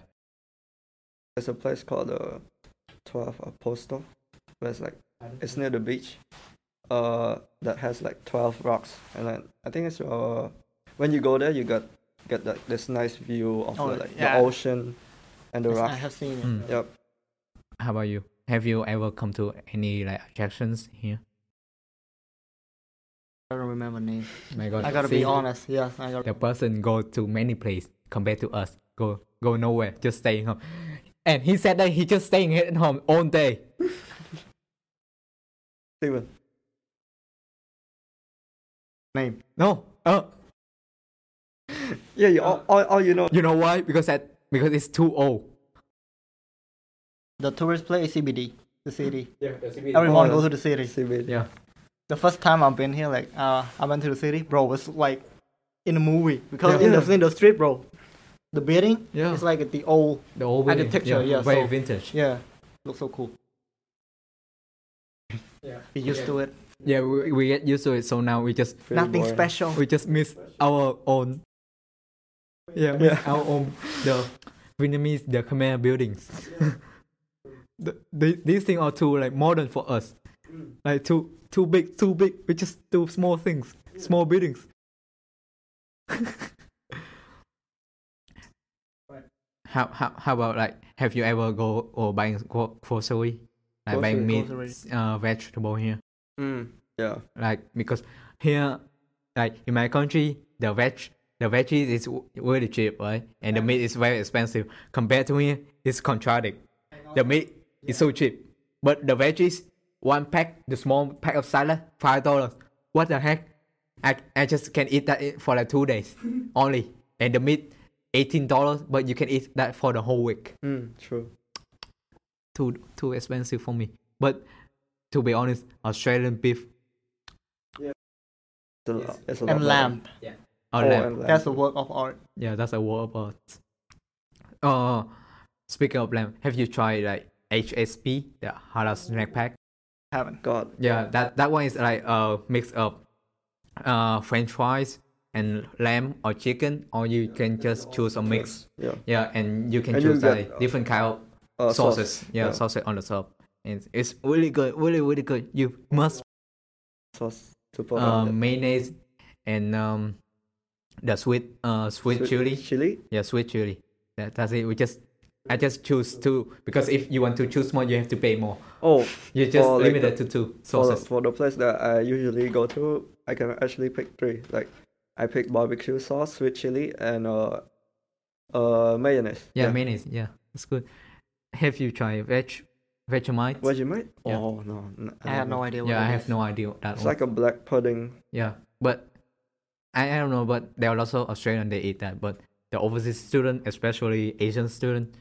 C: There's a place called uh, Twelve Apostle, where it's like it's near the beach, uh, that has like twelve rocks, and then I think it's uh, when you go there, you got get like this nice view of
B: Oh,
C: the, like
B: yeah.
C: the ocean, and the
B: Yes,
C: rocks.
B: I have seen it.
A: Mm.
C: Yep.
A: how about you have you ever come to any like attractions here
B: I don't remember name.
A: my god
B: I gotta
A: see,
B: be honest. Yes, I gotta.
A: the person go to many place compared to us go go nowhere just staying home and he said that he just staying at home all day
C: Steven.
B: Name.
A: no uh
C: Yeah, you all, all, all you know.
A: you know why because that because it's too old
B: The tourist place is CBD. The city.
A: yeah
B: Everyone
C: Oh,
B: go to the city.
C: CBD.
A: yeah
B: The first time I've been here, like uh, I went to the city, bro. It's like in a movie because in the
C: Yeah.
B: in the street, bro. The building
A: yeah
B: is like the old.
A: the old
B: I
A: building,
B: did picture, yeah,
A: very
B: so-
A: vintage
B: Yeah, looks so cool.
D: Yeah.
B: Be used to it.
A: Yeah, we, we get used to it. So now we just
C: Pretty
B: Nothing
C: boring.
B: special.
A: we just miss our own. Yeah, miss our own the Vietnamese the Khmer buildings. the, the, these things are too like modern for us. Like too too big, too big. We just do small things, small buildings. How, how how about like have you ever go or buying gro- grocery like buying meat
B: Grocery.
A: uh, vegetable here?
C: Mm, yeah.
A: like because here like in my country the veg the veggies is w- really cheap right and the meat is very expensive compared to here it's contradict the meat is so cheap but the veggies one pack the small pack of salad five dollars what the heck I, I just can eat that i- for like two days only and the meat eighteen dollars but you can eat that for the whole week
C: Mm, true.
A: too too expensive for me but to be honest australian beef
C: It's a lot, it's a lot
B: and
C: better.
B: lamb.
A: or
C: Oh,
A: lamb
C: and lamb.
B: That's a work of art.
A: Yeah, that's a war about. Uh, speaking of lamb, have you tried like HSP, the Halal Snack Pack.
B: Haven't.
C: God.
A: Yeah, that that one is like a mix of uh French fries and lamb or chicken, or you can just choose a mix.
C: Yeah.
A: Yeah, and you can
C: And you
A: choose
C: get,
A: like
C: uh,
A: different kind of
C: Uh, sauce.
A: sauces. Yeah,
C: yeah.
A: sauces on the top. And it's really good, really really good. You must
C: Sauce to put
A: uh,
C: on
A: mayonnaise and um the sweet uh
C: it.
A: sweet chili.
C: Chili.
A: Yeah, sweet chili. That, that's it. We just I just choose two because if you want to choose more, you have to pay more.
C: Oh,
A: You just
C: like
A: limited to two
C: for the,
A: sauces.
C: for the place that I usually go to, I can actually pick three. Like, I pick barbecue sauce, sweet chili, and uh, uh, mayonnaise.
A: yeah, mayonnaise. Yeah, that's good. Have you tried veg Vegemite?
C: What you made?
A: Yeah.
C: Oh no, n-
B: I had
C: don't know.
B: no idea. What
A: yeah, I
B: it
A: have
B: is.
A: no idea that
C: It's
A: one.
C: like a black pudding.
A: yeah, but I, I don't know. But there are also Australian they eat that. But the overseas student, especially Asian student,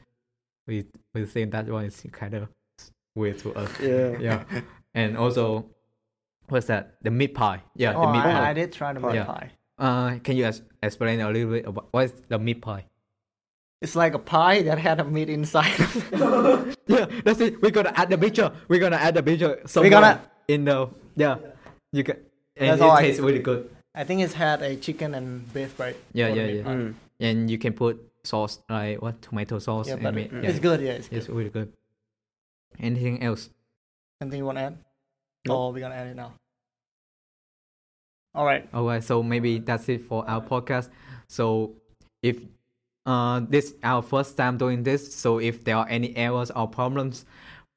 A: we we think that one is kind of weird to us.
C: Yeah.
A: yeah, and also what's that? The meat pie. Yeah,
B: Oh,
A: the meat
B: I, I
A: pie.
B: did try the meat
A: Yeah.
B: pie.
A: Uh, can you ex- explain a little bit about what is the meat pie?
B: It's like a pie that had a meat inside.
A: Yeah, that's it. We're gonna add the picture. We're gonna add the picture somewhere
B: We're gonna-
A: in the yeah. You can and
B: That's all
A: it
B: I-
A: tastes really good.
B: I think it had a chicken and beef, right?
A: Yeah,
B: For the
A: yeah,
B: meat
A: yeah.
B: pie.
C: Mm.
A: And you can put sauce like what tomato sauce
B: Yeah,
A: and
B: but
A: meat.
C: it-
A: yeah,
B: It's good. Yeah, it's good.
A: It's really good. Anything else?
B: Anything you want to add?
C: Nope.
B: Oh, we're gonna add it now. All right.
A: Alright, so maybe that's it for our podcast. So if uh this our first time doing this, so if there are any errors or problems,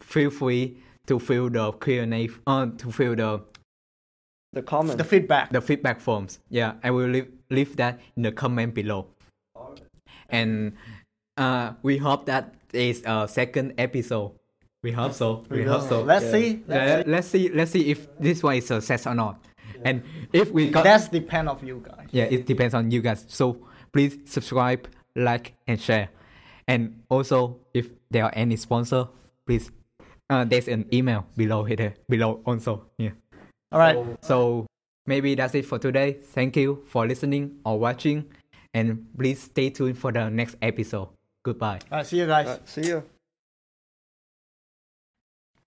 A: feel free to fill the Q and A uh, to fill the
C: Hmm. The common.
B: The feedback.
A: the feedback forms. Yeah, I will leave, leave that in the comment below. And uh, we hope that is a second episode. We hope so. We hope so.
B: Let's
C: Yeah.
B: see. Let's
A: Let, us see. Let's see if this one is success or not. And if we
B: see.
A: got
B: That's depend of you guys.
A: yeah, it depends on you guys. So please subscribe, like, and share. And also, if there are any sponsor, please uh, there's an email below here below also. Yeah.
B: All right.
A: So maybe that's it for today. Thank you for listening or watching, and please stay tuned for the next episode. Goodbye.
B: All right. See you guys.
C: Uh, see you.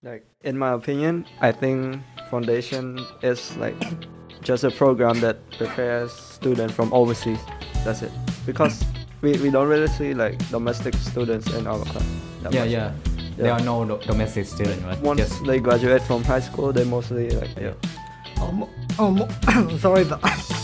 C: Like in my opinion, I think foundation is like just a program that prepares students from overseas. That's it. Because we, we don't really see like domestic students in our class. that
A: Yeah,
C: much.
A: yeah. There are no do- domestic students, right?
C: Once
A: Just-
C: they graduate from high school, they mostly like yeah.
B: Oh, mo- oh mo- sorry, but.